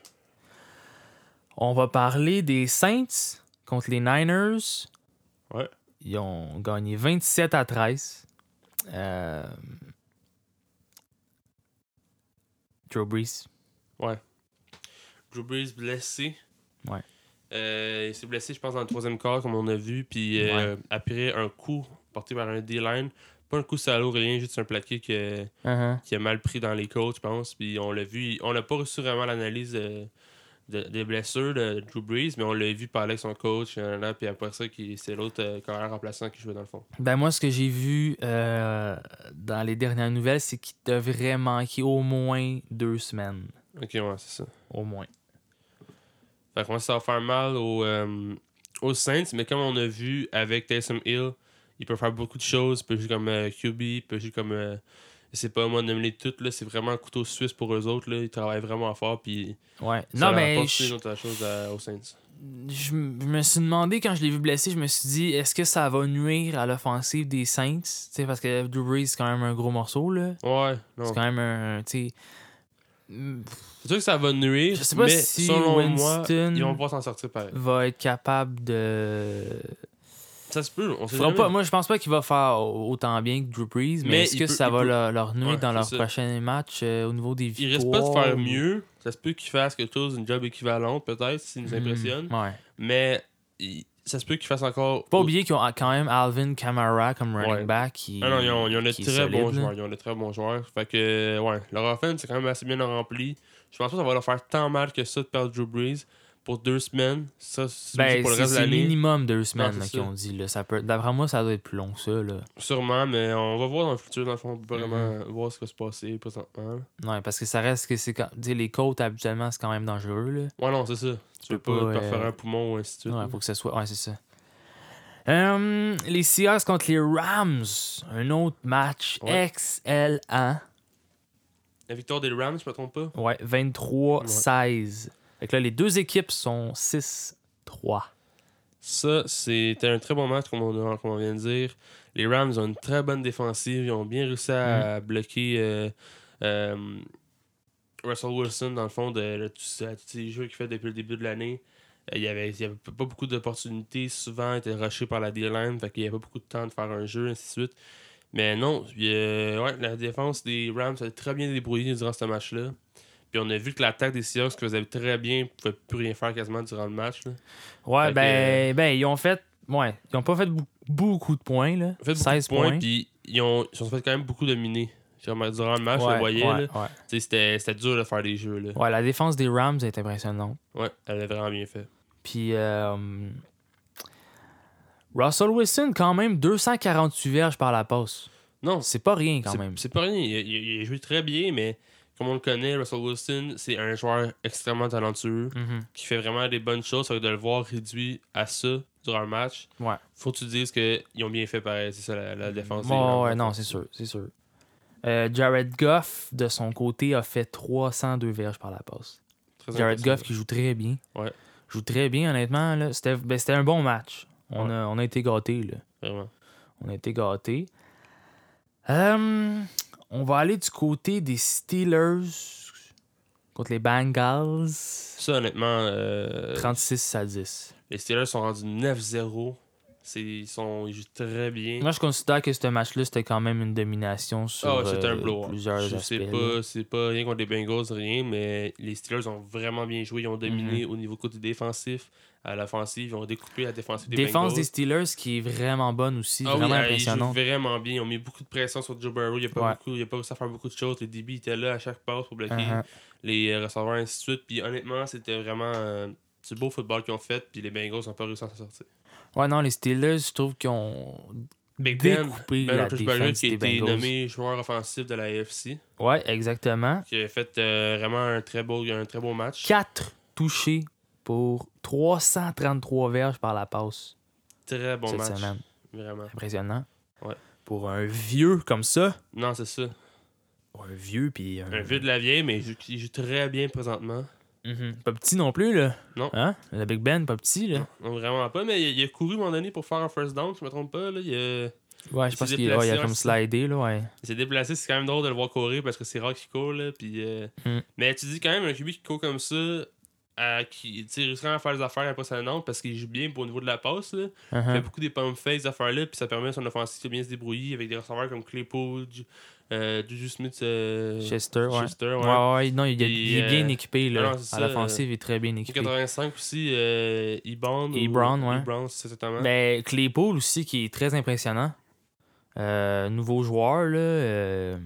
[SPEAKER 1] On va parler des Saints contre les Niners.
[SPEAKER 2] Ouais.
[SPEAKER 1] Ils ont gagné 27 à 13. Euh... Joe Brees.
[SPEAKER 2] Drew Brees blessé.
[SPEAKER 1] Ouais.
[SPEAKER 2] Euh, il s'est blessé, je pense, dans le troisième quart, comme on a vu, puis euh, après un coup porté par un D-line. Pas un coup salaud, rien, juste un plaqué que,
[SPEAKER 1] Uh-huh.
[SPEAKER 2] qui a mal pris dans les côtes, je pense. Puis on l'a vu, il- on n'a pas reçu vraiment l'analyse euh, de- des blessures de Drew Brees, mais on l'a vu parler avec son coach, euh, là, puis après ça, qui- c'est l'autre euh, carrière remplaçant qui jouait dans le fond.
[SPEAKER 1] Ben moi, ce que j'ai vu euh, dans les dernières nouvelles, c'est qu'il devrait manquer au moins deux semaines.
[SPEAKER 2] Ok, ouais, c'est ça.
[SPEAKER 1] Au moins.
[SPEAKER 2] Fait que moi, ça va faire mal aux, euh, aux Saints, mais comme on a vu avec Taysom Hill, il peut faire beaucoup de choses. Il peut jouer comme euh, QB, il peut jouer comme. euh, je sais pas, moi, nommer toutes, là, c'est vraiment un couteau suisse pour eux autres, là. Ils travaillent vraiment fort, puis.
[SPEAKER 1] Ouais.
[SPEAKER 2] ça
[SPEAKER 1] non,
[SPEAKER 2] leur
[SPEAKER 1] mais
[SPEAKER 2] apporte
[SPEAKER 1] je-
[SPEAKER 2] une autre chose à- aux Saints.
[SPEAKER 1] je, m- je me suis demandé quand je l'ai vu blessé, je me suis dit est-ce que ça va nuire à l'offensive des Saints Tu sais, Parce que Drew Brees, c'est quand même un gros morceau. là.
[SPEAKER 2] Ouais, non.
[SPEAKER 1] C'est quand même un. tu sais, mm,
[SPEAKER 2] C'est sûr que ça va nuire,
[SPEAKER 1] Je sais pas
[SPEAKER 2] mais
[SPEAKER 1] si
[SPEAKER 2] selon moi,
[SPEAKER 1] Winston-
[SPEAKER 2] ils vont pas s'en sortir pareil.
[SPEAKER 1] va être capable de.
[SPEAKER 2] Ça se peut, on sait
[SPEAKER 1] Fera
[SPEAKER 2] jamais.
[SPEAKER 1] pas, moi, je pense pas qu'il va faire au- autant bien que Drew Brees, mais,
[SPEAKER 2] Mais
[SPEAKER 1] est-ce
[SPEAKER 2] il
[SPEAKER 1] que
[SPEAKER 2] peut-
[SPEAKER 1] ça
[SPEAKER 2] il
[SPEAKER 1] va
[SPEAKER 2] peut-
[SPEAKER 1] leur, leur nuire
[SPEAKER 2] Ouais,
[SPEAKER 1] dans
[SPEAKER 2] c'est
[SPEAKER 1] leur
[SPEAKER 2] ça.
[SPEAKER 1] prochain match euh, au niveau des
[SPEAKER 2] Il
[SPEAKER 1] victoires
[SPEAKER 2] risque pas de faire
[SPEAKER 1] ou-
[SPEAKER 2] mieux. Ça se peut qu'ils fassent quelque chose, une job équivalente, peut-être, s'ils nous
[SPEAKER 1] Hmm,
[SPEAKER 2] impressionnent.
[SPEAKER 1] ouais.
[SPEAKER 2] Mais il- ça se peut qu'ils fassent encore.
[SPEAKER 1] Pas oublier qu'ils ont quand même Alvin Kamara comme running
[SPEAKER 2] Ouais.
[SPEAKER 1] back. Qui,
[SPEAKER 2] Ah non, ils ont, ils ont de
[SPEAKER 1] qui est
[SPEAKER 2] très bons
[SPEAKER 1] solide, là.
[SPEAKER 2] joueurs. Ils ont de très bons joueurs. Fait que, ouais, leur offense c'est quand même assez bien rempli. Je pense pas que ça va leur faire tant mal que ça de perdre Drew Brees pour deux semaines. Ça, c'est
[SPEAKER 1] Ben,
[SPEAKER 2] pour le
[SPEAKER 1] c'est
[SPEAKER 2] reste de
[SPEAKER 1] c'est
[SPEAKER 2] l'année.
[SPEAKER 1] minimum deux semaines
[SPEAKER 2] c'est
[SPEAKER 1] là,
[SPEAKER 2] ça.
[SPEAKER 1] qu'ils ont dit. Là. Ça peut... D'après moi, ça doit être plus long que ça. Là.
[SPEAKER 2] Sûrement, mais on va voir dans le futur. Dans le fond, on peut pas
[SPEAKER 1] Mm-hmm.
[SPEAKER 2] vraiment voir ce qui va se passer présentement.
[SPEAKER 1] Ouais, parce que ça reste que c'est quand... tu sais, les côtes, habituellement, c'est quand même dangereux. Là.
[SPEAKER 2] Ouais, non, c'est ça. Tu peux pas,
[SPEAKER 1] peux pas,
[SPEAKER 2] faire
[SPEAKER 1] euh,
[SPEAKER 2] un poumon ou ainsi de suite.
[SPEAKER 1] Ouais, faut que ça soit. Ouais, c'est ça. Hum, les Seahawks contre les Rams. Un autre match
[SPEAKER 2] Ouais.
[SPEAKER 1] excellent.
[SPEAKER 2] La victoire des Rams, je me trompe pas.
[SPEAKER 1] Ouais, 23-16. Fait que là, les deux équipes sont 6-3.
[SPEAKER 2] Ça, c'était un très bon match, comme on, comme on vient de dire. Les Rams ont une très bonne défensive. Ils ont bien réussi à bloquer euh, euh, Russell Wilson, dans le fond, de, de tous à tous ces jeux qu'il fait depuis le début de l'année. Euh, Il n'y avait, il y avait pas beaucoup d'opportunités. Souvent, il était rushé par la D-line. Fait qu'il n'y avait pas beaucoup de temps de faire un jeu, ainsi de suite. Mais non, puis, euh, ouais, la défense des Rams s'est très bien débrouillée durant ce match-là. Puis on a vu que l'attaque des Seahawks faisait très bien, ne pouvait plus rien faire quasiment durant le match. là.
[SPEAKER 1] Ouais,
[SPEAKER 2] Fait euh,
[SPEAKER 1] ben, ben, ils ont fait. Ouais, ils ont pas fait bou- beaucoup de points. Là.
[SPEAKER 2] fait beaucoup
[SPEAKER 1] 16
[SPEAKER 2] de points,
[SPEAKER 1] points.
[SPEAKER 2] puis ils, ont, ils se sont fait quand même beaucoup dominer. Genre, Durant le match, je
[SPEAKER 1] Ouais,
[SPEAKER 2] le voyais.
[SPEAKER 1] ouais,
[SPEAKER 2] là.
[SPEAKER 1] ouais.
[SPEAKER 2] Tu sais, C'était c'était dur de faire des jeux. Là.
[SPEAKER 1] Ouais, la défense des Rams est impressionnante.
[SPEAKER 2] Ouais, elle a vraiment bien fait.
[SPEAKER 1] Puis euh, Russell Wilson, quand même, 248 verges par la passe.
[SPEAKER 2] Non,
[SPEAKER 1] C'est pas rien quand
[SPEAKER 2] c'est
[SPEAKER 1] même.
[SPEAKER 2] c'est pas rien. Il, il- il a joué très bien, mais comme on le connaît, Russell Wilson, c'est un joueur extrêmement talentueux
[SPEAKER 1] Mhm.
[SPEAKER 2] qui fait vraiment des bonnes choses. Fait que de le voir réduit à ça durant le match,
[SPEAKER 1] Ouais.
[SPEAKER 2] faut que tu te dises qu'ils ont bien fait pareil. C'est ça la, la défense.
[SPEAKER 1] Ouais, ouais, non, c'est sûr, c'est sûr. Euh, Jared Goff, de son côté, a fait 302 verges par la passe. Jared Goff qui joue très bien.
[SPEAKER 2] Ouais.
[SPEAKER 1] Joue très bien, honnêtement. là. C'était ben, c'était un bon match. On,
[SPEAKER 2] Ouais.
[SPEAKER 1] a, on a été gâtés, là.
[SPEAKER 2] Vraiment.
[SPEAKER 1] On a été gâtés. Hum, on va aller du côté des Steelers contre les Bengals.
[SPEAKER 2] Ça, honnêtement, euh,
[SPEAKER 1] 36 à 10.
[SPEAKER 2] les Steelers sont rendus 9-0. C'est- Ils, sont- ils jouent très bien.
[SPEAKER 1] Moi, je considère que ce match-là, c'était quand même une domination sur
[SPEAKER 2] Ah, ouais, c'était un
[SPEAKER 1] euh,
[SPEAKER 2] blowout.
[SPEAKER 1] plusieurs
[SPEAKER 2] Je
[SPEAKER 1] aspects,
[SPEAKER 2] sais
[SPEAKER 1] là.
[SPEAKER 2] pas, c'est pas rien contre les Bengals, rien, mais les Steelers ont vraiment bien joué. Ils ont dominé
[SPEAKER 1] Mm-hmm.
[SPEAKER 2] au niveau côté défensif, à l'offensive. Ils ont découpé la défensive des
[SPEAKER 1] Défense des
[SPEAKER 2] Bengals.
[SPEAKER 1] Steelers qui est vraiment bonne aussi,
[SPEAKER 2] Ah oui,
[SPEAKER 1] vraiment
[SPEAKER 2] ah, ils jouent
[SPEAKER 1] impressionnante.
[SPEAKER 2] vraiment bien. Ils ont mis beaucoup de pression sur Joe Burrow. Il a pas,
[SPEAKER 1] Ouais.
[SPEAKER 2] beaucoup, il a pas réussi à faire beaucoup de choses. Les DB étaient là à chaque passe pour bloquer
[SPEAKER 1] Uh-huh.
[SPEAKER 2] les euh, receveurs, ainsi de suite. Puis honnêtement, c'était vraiment euh, du beau football qu'ils ont fait, puis les Bengals n'ont pas réussi à s'en sortir.
[SPEAKER 1] Ouais, non, les Steelers, je trouve qu'ils ont
[SPEAKER 2] Big Ben,
[SPEAKER 1] découpé
[SPEAKER 2] Ben
[SPEAKER 1] la
[SPEAKER 2] Roethlisberger,
[SPEAKER 1] défense
[SPEAKER 2] qui a
[SPEAKER 1] des
[SPEAKER 2] été
[SPEAKER 1] Bengals.
[SPEAKER 2] nommé joueur offensif de la AFC,
[SPEAKER 1] Ouais, exactement.
[SPEAKER 2] qui a fait euh, vraiment un très beau, un très beau match.
[SPEAKER 1] 4 touchés pour 333 verges par la passe
[SPEAKER 2] Très bon
[SPEAKER 1] cette
[SPEAKER 2] match.
[SPEAKER 1] semaine.
[SPEAKER 2] Vraiment.
[SPEAKER 1] Impressionnant.
[SPEAKER 2] Ouais.
[SPEAKER 1] Pour un vieux comme ça.
[SPEAKER 2] Non, c'est ça.
[SPEAKER 1] Un vieux, puis un...
[SPEAKER 2] Un vieux de la vieille, mais il joue- il joue très bien présentement.
[SPEAKER 1] Mhm. Pas petit non plus, là.
[SPEAKER 2] Mm-hmm. Non.
[SPEAKER 1] Hein? Le Big Ben, pas petit, là.
[SPEAKER 2] Non, vraiment pas, mais il, il a couru à un moment donné pour faire un first down, si je me trompe pas. Là. Il, a-
[SPEAKER 1] Ouais, je
[SPEAKER 2] Il
[SPEAKER 1] pense
[SPEAKER 2] s'est
[SPEAKER 1] qu'il ouais, il a
[SPEAKER 2] déplacé,
[SPEAKER 1] comme
[SPEAKER 2] ouais,
[SPEAKER 1] slidé, là, ouais.
[SPEAKER 2] il s'est déplacé, c'est quand même drôle de le voir courir parce que c'est rare qu'il court. Là, puis, euh,
[SPEAKER 1] Mm.
[SPEAKER 2] Mais tu dis quand même un QB qui court comme ça, euh, qui tu sais, réussit vraiment à faire des affaires impressionnantes parce qu'il joue bien pour le niveau de la passe. Là. Il fait
[SPEAKER 1] Uh-huh.
[SPEAKER 2] beaucoup des pump face, des affaires-là, puis ça permet à son offensive de bien se débrouiller avec des receveurs comme Claypool, Ju- euh, Juju Smith, euh,
[SPEAKER 1] Chester, ouais.
[SPEAKER 2] Chester, ouais.
[SPEAKER 1] Ouais, ouais, non, il, a-
[SPEAKER 2] Puis,
[SPEAKER 1] il est bien
[SPEAKER 2] euh,
[SPEAKER 1] équipé,
[SPEAKER 2] ah
[SPEAKER 1] là.
[SPEAKER 2] non, c'est
[SPEAKER 1] à
[SPEAKER 2] ça,
[SPEAKER 1] l'offensive, il est très bien équipé.
[SPEAKER 2] 85 aussi, euh, Ebron. ou-
[SPEAKER 1] Ebron, ouais.
[SPEAKER 2] Ebron, c'est exactement.
[SPEAKER 1] Ben, Claypool aussi, qui est très impressionnant. Euh, nouveau joueur, là. euh,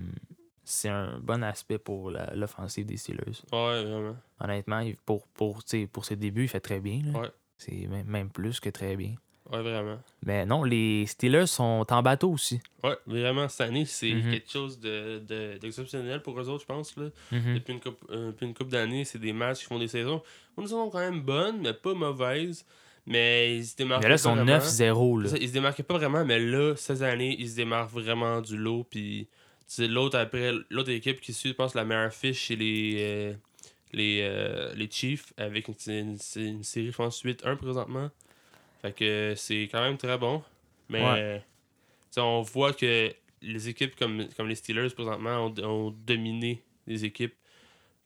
[SPEAKER 1] c'est un bon aspect pour la- l'offensive des Steelers.
[SPEAKER 2] Ouais, vraiment.
[SPEAKER 1] Honnêtement, il- pour, pour, tu sais, pour ses débuts, il fait très bien. là.
[SPEAKER 2] Ouais.
[SPEAKER 1] C'est même, même plus que très bien.
[SPEAKER 2] Ouais, vraiment.
[SPEAKER 1] Mais non, les Steelers sont en bateau aussi.
[SPEAKER 2] Ouais, vraiment, cette année, c'est
[SPEAKER 1] Mhm.
[SPEAKER 2] quelque chose de- de- d'exceptionnel pour eux autres, je pense. Là.
[SPEAKER 1] Mhm.
[SPEAKER 2] Depuis une coupe, euh, depuis une couple d'années, c'est des matchs qui font des saisons. Une saison quand même bonne, mais pas mauvaise. Mais ils se démarquent
[SPEAKER 1] Mais là, ils sont
[SPEAKER 2] pas vraiment.
[SPEAKER 1] 9-0. là.
[SPEAKER 2] Ça, Ils se démarquaient pas vraiment, mais là, ces années, ils se démarquent vraiment du lot. Puis c'est l'autre après l'autre équipe qui suit, je pense, la meilleure fiche, c'est les, euh, les, euh, les Chiefs avec une, une- une série, je pense, 8-1 présentement. Fait que c'est quand même très bon. Mais euh, tu sais, on voit que les équipes comme, comme les Steelers présentement ont, ont dominé les équipes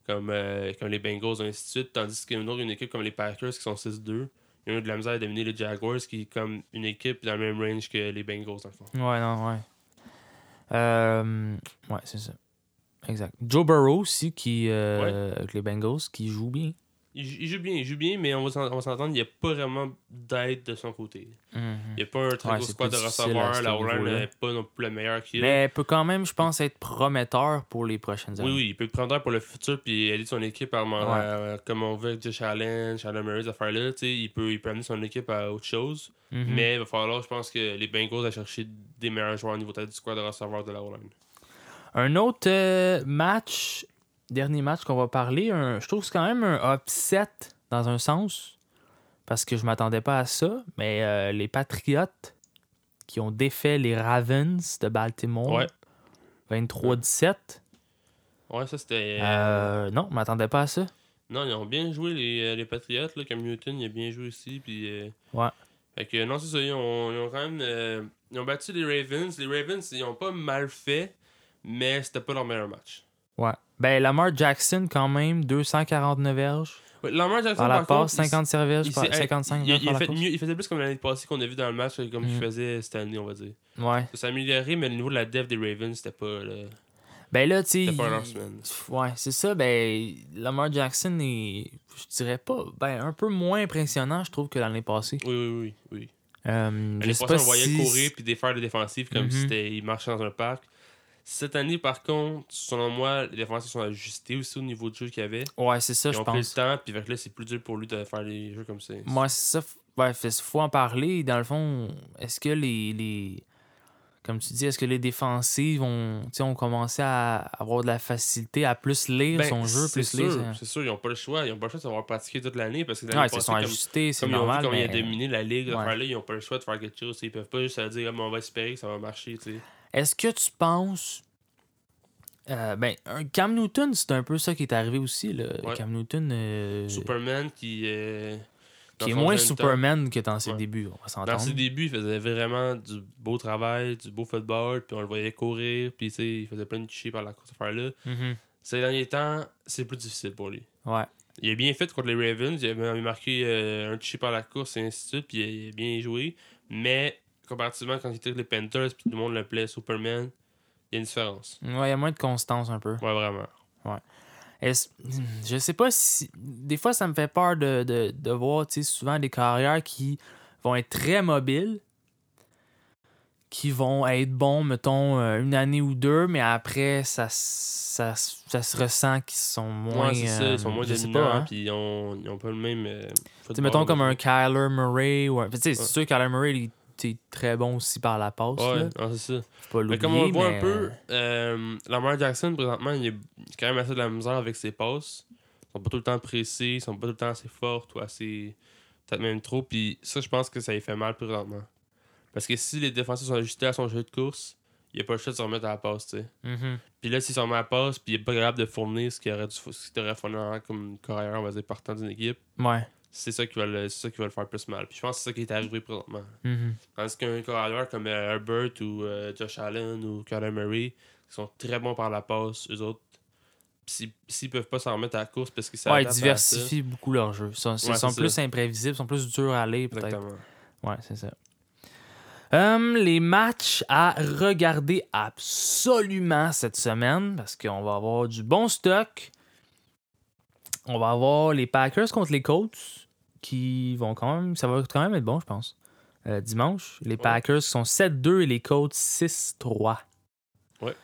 [SPEAKER 2] comme, euh, comme les Bengals et ainsi de suite, tandis qu'une autre une équipe comme les Packers qui sont 6-2, ils ont eu de la misère à dominer les Jaguars qui est comme une équipe dans le même range que les Bengals dans le fond.
[SPEAKER 1] Ouais, non, ouais. Euh, ouais, c'est ça. Exact. Joe Burrow aussi, qui, euh, avec les Bengals, qui joue bien.
[SPEAKER 2] Il, jou- il joue bien, il joue bien, mais on va s'en- on va s'entendre, il n'y a pas vraiment d'aide de son côté. Il n'y a pas un très
[SPEAKER 1] Ouais,
[SPEAKER 2] gros
[SPEAKER 1] c'est
[SPEAKER 2] squad de
[SPEAKER 1] plus difficile à ce
[SPEAKER 2] receveurs, la O-line
[SPEAKER 1] niveau-là.
[SPEAKER 2] n'est pas non plus la meilleure qu'il est.
[SPEAKER 1] Mais elle peut quand même, je pense, être prometteur pour les prochaines années.
[SPEAKER 2] Oui, oui, il peut prendre pour le futur puis aider son équipe à, à- comme on veut avec Josh Allen, Shannon Murray, ces affaires-là. tu sais, Il peut, il peut amener son équipe à autre chose.
[SPEAKER 1] Mhm.
[SPEAKER 2] Mais il va falloir, je pense, que les Bengals à chercher des meilleurs joueurs au niveau tête du squad de receveurs de la O-line.
[SPEAKER 1] Un autre euh, match, dernier match qu'on va parler, un- je trouve que c'est quand même un upset dans un sens, parce que je m'attendais pas à ça, mais euh, les Patriots qui ont défait les Ravens de Baltimore
[SPEAKER 2] Ouais.
[SPEAKER 1] 23-17.
[SPEAKER 2] Ouais, ça c'était.
[SPEAKER 1] Euh, non, je m'attendais pas à ça.
[SPEAKER 2] Non, ils ont bien joué les, euh, les Patriots, là, comme Newton, il a bien joué aussi. Puis, euh,
[SPEAKER 1] Ouais.
[SPEAKER 2] Fait que non, c'est ça, ils ont, ils ont quand même. euh, ils ont battu les Ravens. Les Ravens, ils ont pas mal fait, mais c'était pas leur meilleur match.
[SPEAKER 1] Ouais. Ben, Lamar Jackson, quand même, 249 verges.
[SPEAKER 2] Ouais, Lamar Jackson,
[SPEAKER 1] Par la
[SPEAKER 2] par contre,
[SPEAKER 1] passe,
[SPEAKER 2] il s-
[SPEAKER 1] 50 verges,
[SPEAKER 2] il
[SPEAKER 1] par-
[SPEAKER 2] s'est-
[SPEAKER 1] 55
[SPEAKER 2] il,
[SPEAKER 1] verges
[SPEAKER 2] il
[SPEAKER 1] par
[SPEAKER 2] a
[SPEAKER 1] la
[SPEAKER 2] fait
[SPEAKER 1] course.
[SPEAKER 2] mieux- il faisait plus comme l'année passée qu'on a vu dans le match que comme
[SPEAKER 1] Mhm.
[SPEAKER 2] il faisait cette année, on va dire.
[SPEAKER 1] Ouais.
[SPEAKER 2] Ça s'est amélioré, mais le niveau de la dev des Ravens, c'était pas, là,
[SPEAKER 1] Ben là, tu sais.
[SPEAKER 2] c'était pas leur
[SPEAKER 1] il-
[SPEAKER 2] semaine.
[SPEAKER 1] Ouais, c'est ça. Ben, Lamar Jackson est, je dirais pas, ben, un peu moins impressionnant, je trouve, que l'année passée.
[SPEAKER 2] Oui, oui, oui. oui.
[SPEAKER 1] Euh, je
[SPEAKER 2] L'année
[SPEAKER 1] sais
[SPEAKER 2] passée,
[SPEAKER 1] pas
[SPEAKER 2] on voyait
[SPEAKER 1] si-
[SPEAKER 2] courir puis défaire le défensif comme
[SPEAKER 1] Mhm.
[SPEAKER 2] si c'était- il marchait dans un parc. Cette année, par contre, selon moi, les défensifs sont ajustés aussi au niveau de jeu qu'il y avait.
[SPEAKER 1] Ouais, c'est ça,
[SPEAKER 2] Ils
[SPEAKER 1] je
[SPEAKER 2] ont pris
[SPEAKER 1] pense.
[SPEAKER 2] le temps, puis fait que là, c'est plus dur pour lui de faire des jeux comme ça.
[SPEAKER 1] Moi, c'est ça. f- Ouais, fait- faut en parler. Dans le fond, est-ce que les, les- Comme tu dis, est-ce que les défensives ont, tu sais, ont commencé à avoir de la facilité à plus lire
[SPEAKER 2] Ben,
[SPEAKER 1] son jeu,
[SPEAKER 2] c'est
[SPEAKER 1] plus lire.
[SPEAKER 2] sûr,
[SPEAKER 1] ça-
[SPEAKER 2] C'est sûr, ils n'ont pas le choix. Ils n'ont pas le choix de savoir pratiquer toute l'année parce que l'année
[SPEAKER 1] Ouais, ils se
[SPEAKER 2] passée,
[SPEAKER 1] sont
[SPEAKER 2] comme-
[SPEAKER 1] ajustés, c'est
[SPEAKER 2] Comme ils ont vu
[SPEAKER 1] normal.
[SPEAKER 2] comment il a
[SPEAKER 1] mais euh,
[SPEAKER 2] dominé la ligue,
[SPEAKER 1] Ouais.
[SPEAKER 2] là, ils n'ont pas le choix de faire quelque chose. Ils peuvent pas juste se dire, Ah, mais on va espérer que ça va marcher. tu sais.
[SPEAKER 1] Est-ce que tu penses. Euh, ben, un Cam Newton, c'est un peu ça qui est arrivé aussi. Là.
[SPEAKER 2] Ouais.
[SPEAKER 1] Cam Newton, euh,
[SPEAKER 2] Superman qui, euh, dans
[SPEAKER 1] qui est
[SPEAKER 2] son
[SPEAKER 1] moins
[SPEAKER 2] jeune temps-
[SPEAKER 1] Superman que dans ses
[SPEAKER 2] Ouais.
[SPEAKER 1] débuts, on va
[SPEAKER 2] Dans
[SPEAKER 1] s'entendre.
[SPEAKER 2] ses débuts, il faisait vraiment du beau travail, du beau football, puis on le voyait courir, puis tu sais, il faisait plein de touchés par la course à faire là.
[SPEAKER 1] Mhm.
[SPEAKER 2] Ces derniers temps, c'est plus difficile pour lui.
[SPEAKER 1] Ouais.
[SPEAKER 2] Il a bien fait contre les Ravens, il a marqué euh, un touché par la course et ainsi de suite, puis il a, il a bien joué. Mais comparativement, quand il était avec les Panthers, puis tout le monde l'appelait Superman, il y a une différence.
[SPEAKER 1] Ouais, il y a moins de constance un peu.
[SPEAKER 2] Ouais, vraiment.
[SPEAKER 1] Est-ce- Je sais pas si. Des fois, ça me fait peur de, de, de voir tu sais, souvent des carrières qui vont être très mobiles, qui vont être bons, mettons, euh, une année ou deux, mais après, ça, s- ça, s- ça se ressent qu'ils sont moins.
[SPEAKER 2] Ouais, c'est ça, ils sont
[SPEAKER 1] euh,
[SPEAKER 2] moins
[SPEAKER 1] je sais
[SPEAKER 2] dominants,
[SPEAKER 1] pas, hein.
[SPEAKER 2] hein, puis ils ont, ils ont pas le même. euh,
[SPEAKER 1] Tu sais,
[SPEAKER 2] football,
[SPEAKER 1] mettons comme
[SPEAKER 2] mais-
[SPEAKER 1] un Kyler Murray. Ou un... Tu sais,
[SPEAKER 2] Ouais.
[SPEAKER 1] c'est sûr, Kyler Murray, il il est très bon aussi par la passe.
[SPEAKER 2] Ouais,
[SPEAKER 1] là.
[SPEAKER 2] non, c'est ça.
[SPEAKER 1] Faut pas
[SPEAKER 2] Mais
[SPEAKER 1] l'oublier.
[SPEAKER 2] comme on le voit
[SPEAKER 1] mais-
[SPEAKER 2] un peu, euh, Lamar Jackson, présentement, il est quand même assez de la misère avec ses passes. Ils sont pas tout le temps pressés, ils sont pas tout le temps assez fortes ou assez. Peut-être même trop. Puis ça, je pense que ça lui fait mal présentement. Parce que si les défenseurs sont ajustés à son jeu de course, il n'y a pas le choix de se remettre à la passe, tu sais.
[SPEAKER 1] Mhm.
[SPEAKER 2] Puis là, s'il s'en met à la passe, puis il est pas capable de fournir ce qu'il aurait dû ce qu'il aurait fourni en- comme carrière, on va dire, partant d'une équipe,
[SPEAKER 1] Ouais.
[SPEAKER 2] c'est ça qui va le, c'est ça qui va le faire plus mal. Puis je pense que c'est ça qui est arrivé présentement.
[SPEAKER 1] Mhm.
[SPEAKER 2] Tandis qu'un carrière comme euh, Herbert ou euh, Josh Allen ou Kyler Murray, qui sont très bons par la passe, eux autres, s'ils s'ils peuvent pas s'en remettre à la course parce qu'ils
[SPEAKER 1] Ouais, ils
[SPEAKER 2] s'adaptent à ça-
[SPEAKER 1] diversifient beaucoup leur jeu. Ils sont, ils
[SPEAKER 2] Ouais,
[SPEAKER 1] sont
[SPEAKER 2] c'est
[SPEAKER 1] plus
[SPEAKER 2] ça.
[SPEAKER 1] imprévisibles, ils sont plus durs à aller, peut-être.
[SPEAKER 2] Exactement.
[SPEAKER 1] Ouais, c'est ça. Hum, les matchs à regarder absolument cette semaine parce qu'on va avoir du bon stock. On va avoir les Packers contre les Colts qui vont quand même. Ça va quand même être bon, je pense. Euh, dimanche, les Packers sont 7-2 et les Colts 6-3.
[SPEAKER 2] Ouais.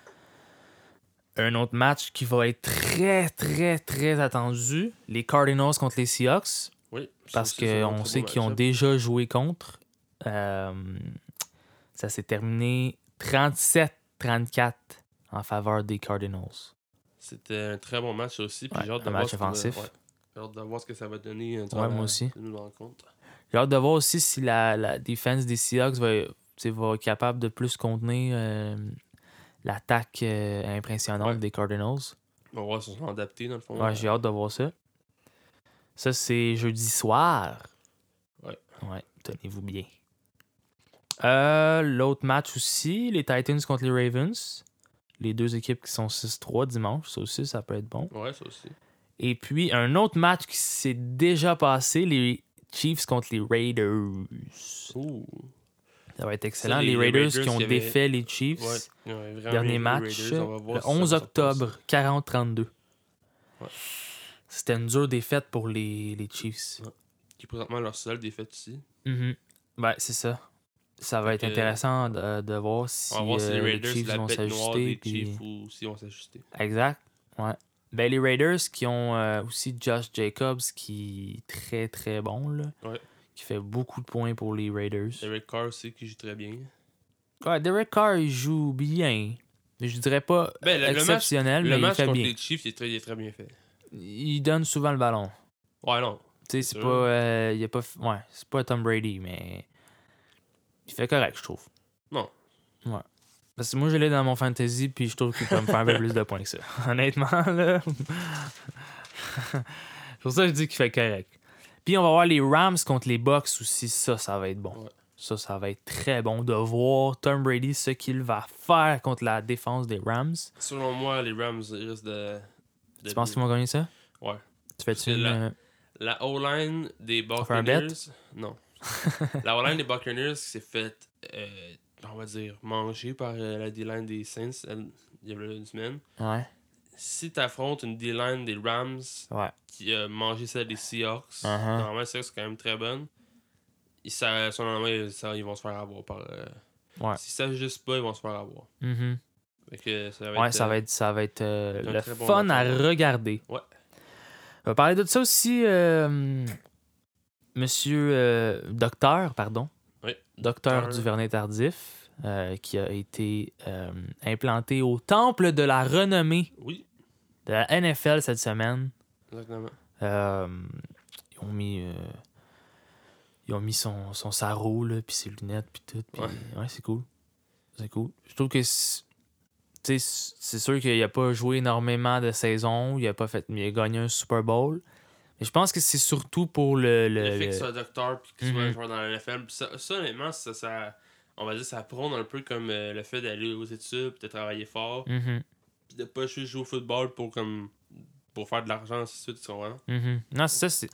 [SPEAKER 1] Un autre match qui va être très, très, très attendu les Cardinals contre les Seahawks.
[SPEAKER 2] Oui, ça
[SPEAKER 1] Parce
[SPEAKER 2] aussi, c'est un
[SPEAKER 1] qu'on
[SPEAKER 2] très
[SPEAKER 1] sait
[SPEAKER 2] beau
[SPEAKER 1] qu'ils ont
[SPEAKER 2] match-up.
[SPEAKER 1] déjà joué contre. Euh, ça s'est terminé 37-34 en faveur des Cardinals.
[SPEAKER 2] C'était un très bon match aussi. Puis
[SPEAKER 1] Ouais,
[SPEAKER 2] j'ai hâte de
[SPEAKER 1] un
[SPEAKER 2] voir
[SPEAKER 1] match
[SPEAKER 2] ce qu'on a-
[SPEAKER 1] offensif.
[SPEAKER 2] ouais. J'ai hâte de voir ce que ça va donner euh, durant
[SPEAKER 1] Ouais, moi
[SPEAKER 2] la-
[SPEAKER 1] aussi.
[SPEAKER 2] Une rencontre.
[SPEAKER 1] J'ai hâte de voir aussi si la, la défense des Seahawks va, tu sais, va être capable de plus contenir euh, l'attaque euh, impressionnante
[SPEAKER 2] Ouais.
[SPEAKER 1] des Cardinals.
[SPEAKER 2] On va voir s'ils sont adaptés dans le fond.
[SPEAKER 1] Ouais, j'ai hâte de voir ça. Ça, c'est jeudi soir.
[SPEAKER 2] Ouais.
[SPEAKER 1] Ouais, tenez-vous bien. Euh, L'autre match aussi, les Titans contre les Ravens. Les deux équipes qui sont 6-3 dimanche. Ça aussi, ça peut être bon.
[SPEAKER 2] Ouais, ça aussi.
[SPEAKER 1] Et puis, un autre match qui s'est déjà passé, les Chiefs contre les Raiders.
[SPEAKER 2] Ouh.
[SPEAKER 1] Ça va être excellent.
[SPEAKER 2] les-
[SPEAKER 1] les,
[SPEAKER 2] les
[SPEAKER 1] Raiders,
[SPEAKER 2] Raiders
[SPEAKER 1] qui ont
[SPEAKER 2] qui avaient-
[SPEAKER 1] défait les Chiefs.
[SPEAKER 2] Ouais. ils ont vraiment
[SPEAKER 1] Dernier
[SPEAKER 2] bien joué,
[SPEAKER 1] match,
[SPEAKER 2] Raiders. On va voir
[SPEAKER 1] le
[SPEAKER 2] si ça va
[SPEAKER 1] 11
[SPEAKER 2] se repasser.
[SPEAKER 1] octobre, 40-32.
[SPEAKER 2] Ouais.
[SPEAKER 1] C'était une dure défaite pour les, les Chiefs.
[SPEAKER 2] Qui est présentement leur seule défaite ici.
[SPEAKER 1] Mhm. Ouais, c'est ça. Ça va être
[SPEAKER 2] que-
[SPEAKER 1] intéressant de, de voir si,
[SPEAKER 2] On va voir si les
[SPEAKER 1] euh,
[SPEAKER 2] Raiders,
[SPEAKER 1] Chiefs
[SPEAKER 2] la
[SPEAKER 1] vont
[SPEAKER 2] bête noire des
[SPEAKER 1] s'ajuster. puis- euh,
[SPEAKER 2] Chiefs ou s'ils vont s'ajuster.
[SPEAKER 1] Exact. Ouais. Ben, les Raiders qui ont euh, aussi Josh Jacobs qui est très très bon, là,
[SPEAKER 2] Ouais.
[SPEAKER 1] qui fait beaucoup de points pour les Raiders.
[SPEAKER 2] Derek Carr aussi qui joue très bien.
[SPEAKER 1] Ouais, Derek Carr il joue bien. Je dirais pas
[SPEAKER 2] Ben, le- le match-
[SPEAKER 1] exceptionnel,
[SPEAKER 2] Le
[SPEAKER 1] mais il
[SPEAKER 2] match
[SPEAKER 1] fait
[SPEAKER 2] contre
[SPEAKER 1] bien.
[SPEAKER 2] les Chiefs, il est, très, il est très bien fait.
[SPEAKER 1] Il donne souvent le ballon.
[SPEAKER 2] Ouais, non.
[SPEAKER 1] Tu sais,
[SPEAKER 2] C'est
[SPEAKER 1] c'est
[SPEAKER 2] sûr.
[SPEAKER 1] pas. euh, il a pas f- ouais, c'est pas Tom Brady, mais. Il fait correct, je trouve.
[SPEAKER 2] Non.
[SPEAKER 1] Ouais. Parce que moi, je l'ai dans mon fantasy, puis je trouve qu'il peut me faire un peu plus de points que ça. Honnêtement, là. c'est pour ça que je dis qu'il fait correct. Puis on va voir les Rams contre les Bucks aussi. Ça, ça va être bon.
[SPEAKER 2] Ouais.
[SPEAKER 1] Ça, ça va être très bon de voir Tom Brady ce qu'il va faire contre la défense des Rams.
[SPEAKER 2] Selon moi, les Rams ils risquent de. de-
[SPEAKER 1] Tu penses qu'ils vont gagner ça?
[SPEAKER 2] Ouais.
[SPEAKER 1] Tu fais-tu
[SPEAKER 2] C'est
[SPEAKER 1] une.
[SPEAKER 2] la-
[SPEAKER 1] euh,
[SPEAKER 2] La O-line des
[SPEAKER 1] fait un bet?
[SPEAKER 2] Buccaneers. Non. la O-line des Buccaneers s'est faite, euh, on va dire, manger par euh, la D-line des Saints euh, il y a une semaine.
[SPEAKER 1] Ouais.
[SPEAKER 2] Si t'affrontes une D-line des Rams
[SPEAKER 1] Ouais.
[SPEAKER 2] qui a mangé celle des Seahawks,
[SPEAKER 1] Uh-huh.
[SPEAKER 2] normalement, les Seahawks sont quand même très bonne. Ils, ça, selon moi, ils, ça, ils vont se faire avoir par. euh,
[SPEAKER 1] Ouais.
[SPEAKER 2] S'ils s'ajustent pas, ils vont se faire avoir.
[SPEAKER 1] Mhm.
[SPEAKER 2] Fait que ça va
[SPEAKER 1] Ouais,
[SPEAKER 2] être,
[SPEAKER 1] ça
[SPEAKER 2] euh,
[SPEAKER 1] va être, ça va être euh,
[SPEAKER 2] un
[SPEAKER 1] le
[SPEAKER 2] très bon
[SPEAKER 1] fun
[SPEAKER 2] match,
[SPEAKER 1] à
[SPEAKER 2] ouais.
[SPEAKER 1] regarder.
[SPEAKER 2] Ouais.
[SPEAKER 1] On va parler de ça aussi, euh, Monsieur euh, Docteur, pardon,
[SPEAKER 2] Oui.
[SPEAKER 1] Docteur
[SPEAKER 2] Docteur.
[SPEAKER 1] Duvernay Tardif, euh, qui a été euh, implanté au temple de la renommée
[SPEAKER 2] Oui,
[SPEAKER 1] de la NFL cette semaine.
[SPEAKER 2] exactement.
[SPEAKER 1] Euh, ils ont mis, euh, ils ont mis son, son sarrau, là, puis ses lunettes, puis tout. puis- ouais, c'est cool. C'est cool. Je trouve que c'est tu sais, c'est- c'est sûr qu'il a pas joué énormément de saisons, il a pas fait, mais il a gagné un Super Bowl. Mais je pense que c'est surtout pour le. le-
[SPEAKER 2] Le, fait
[SPEAKER 1] le-
[SPEAKER 2] que soit un docteur puis qu'il soit
[SPEAKER 1] Mhm.
[SPEAKER 2] un joueur dans la NFL, pis ça, ça, honnêtement, ça, ça- on va dire, ça prône un peu comme euh, le fait d'aller aux études, puis de travailler fort,
[SPEAKER 1] Mhm,
[SPEAKER 2] puis de pas juste jouer au football pour comme pour faire de l'argent, ainsi de suite, tu comprends?
[SPEAKER 1] mhm. Non, c'est ça, c'est.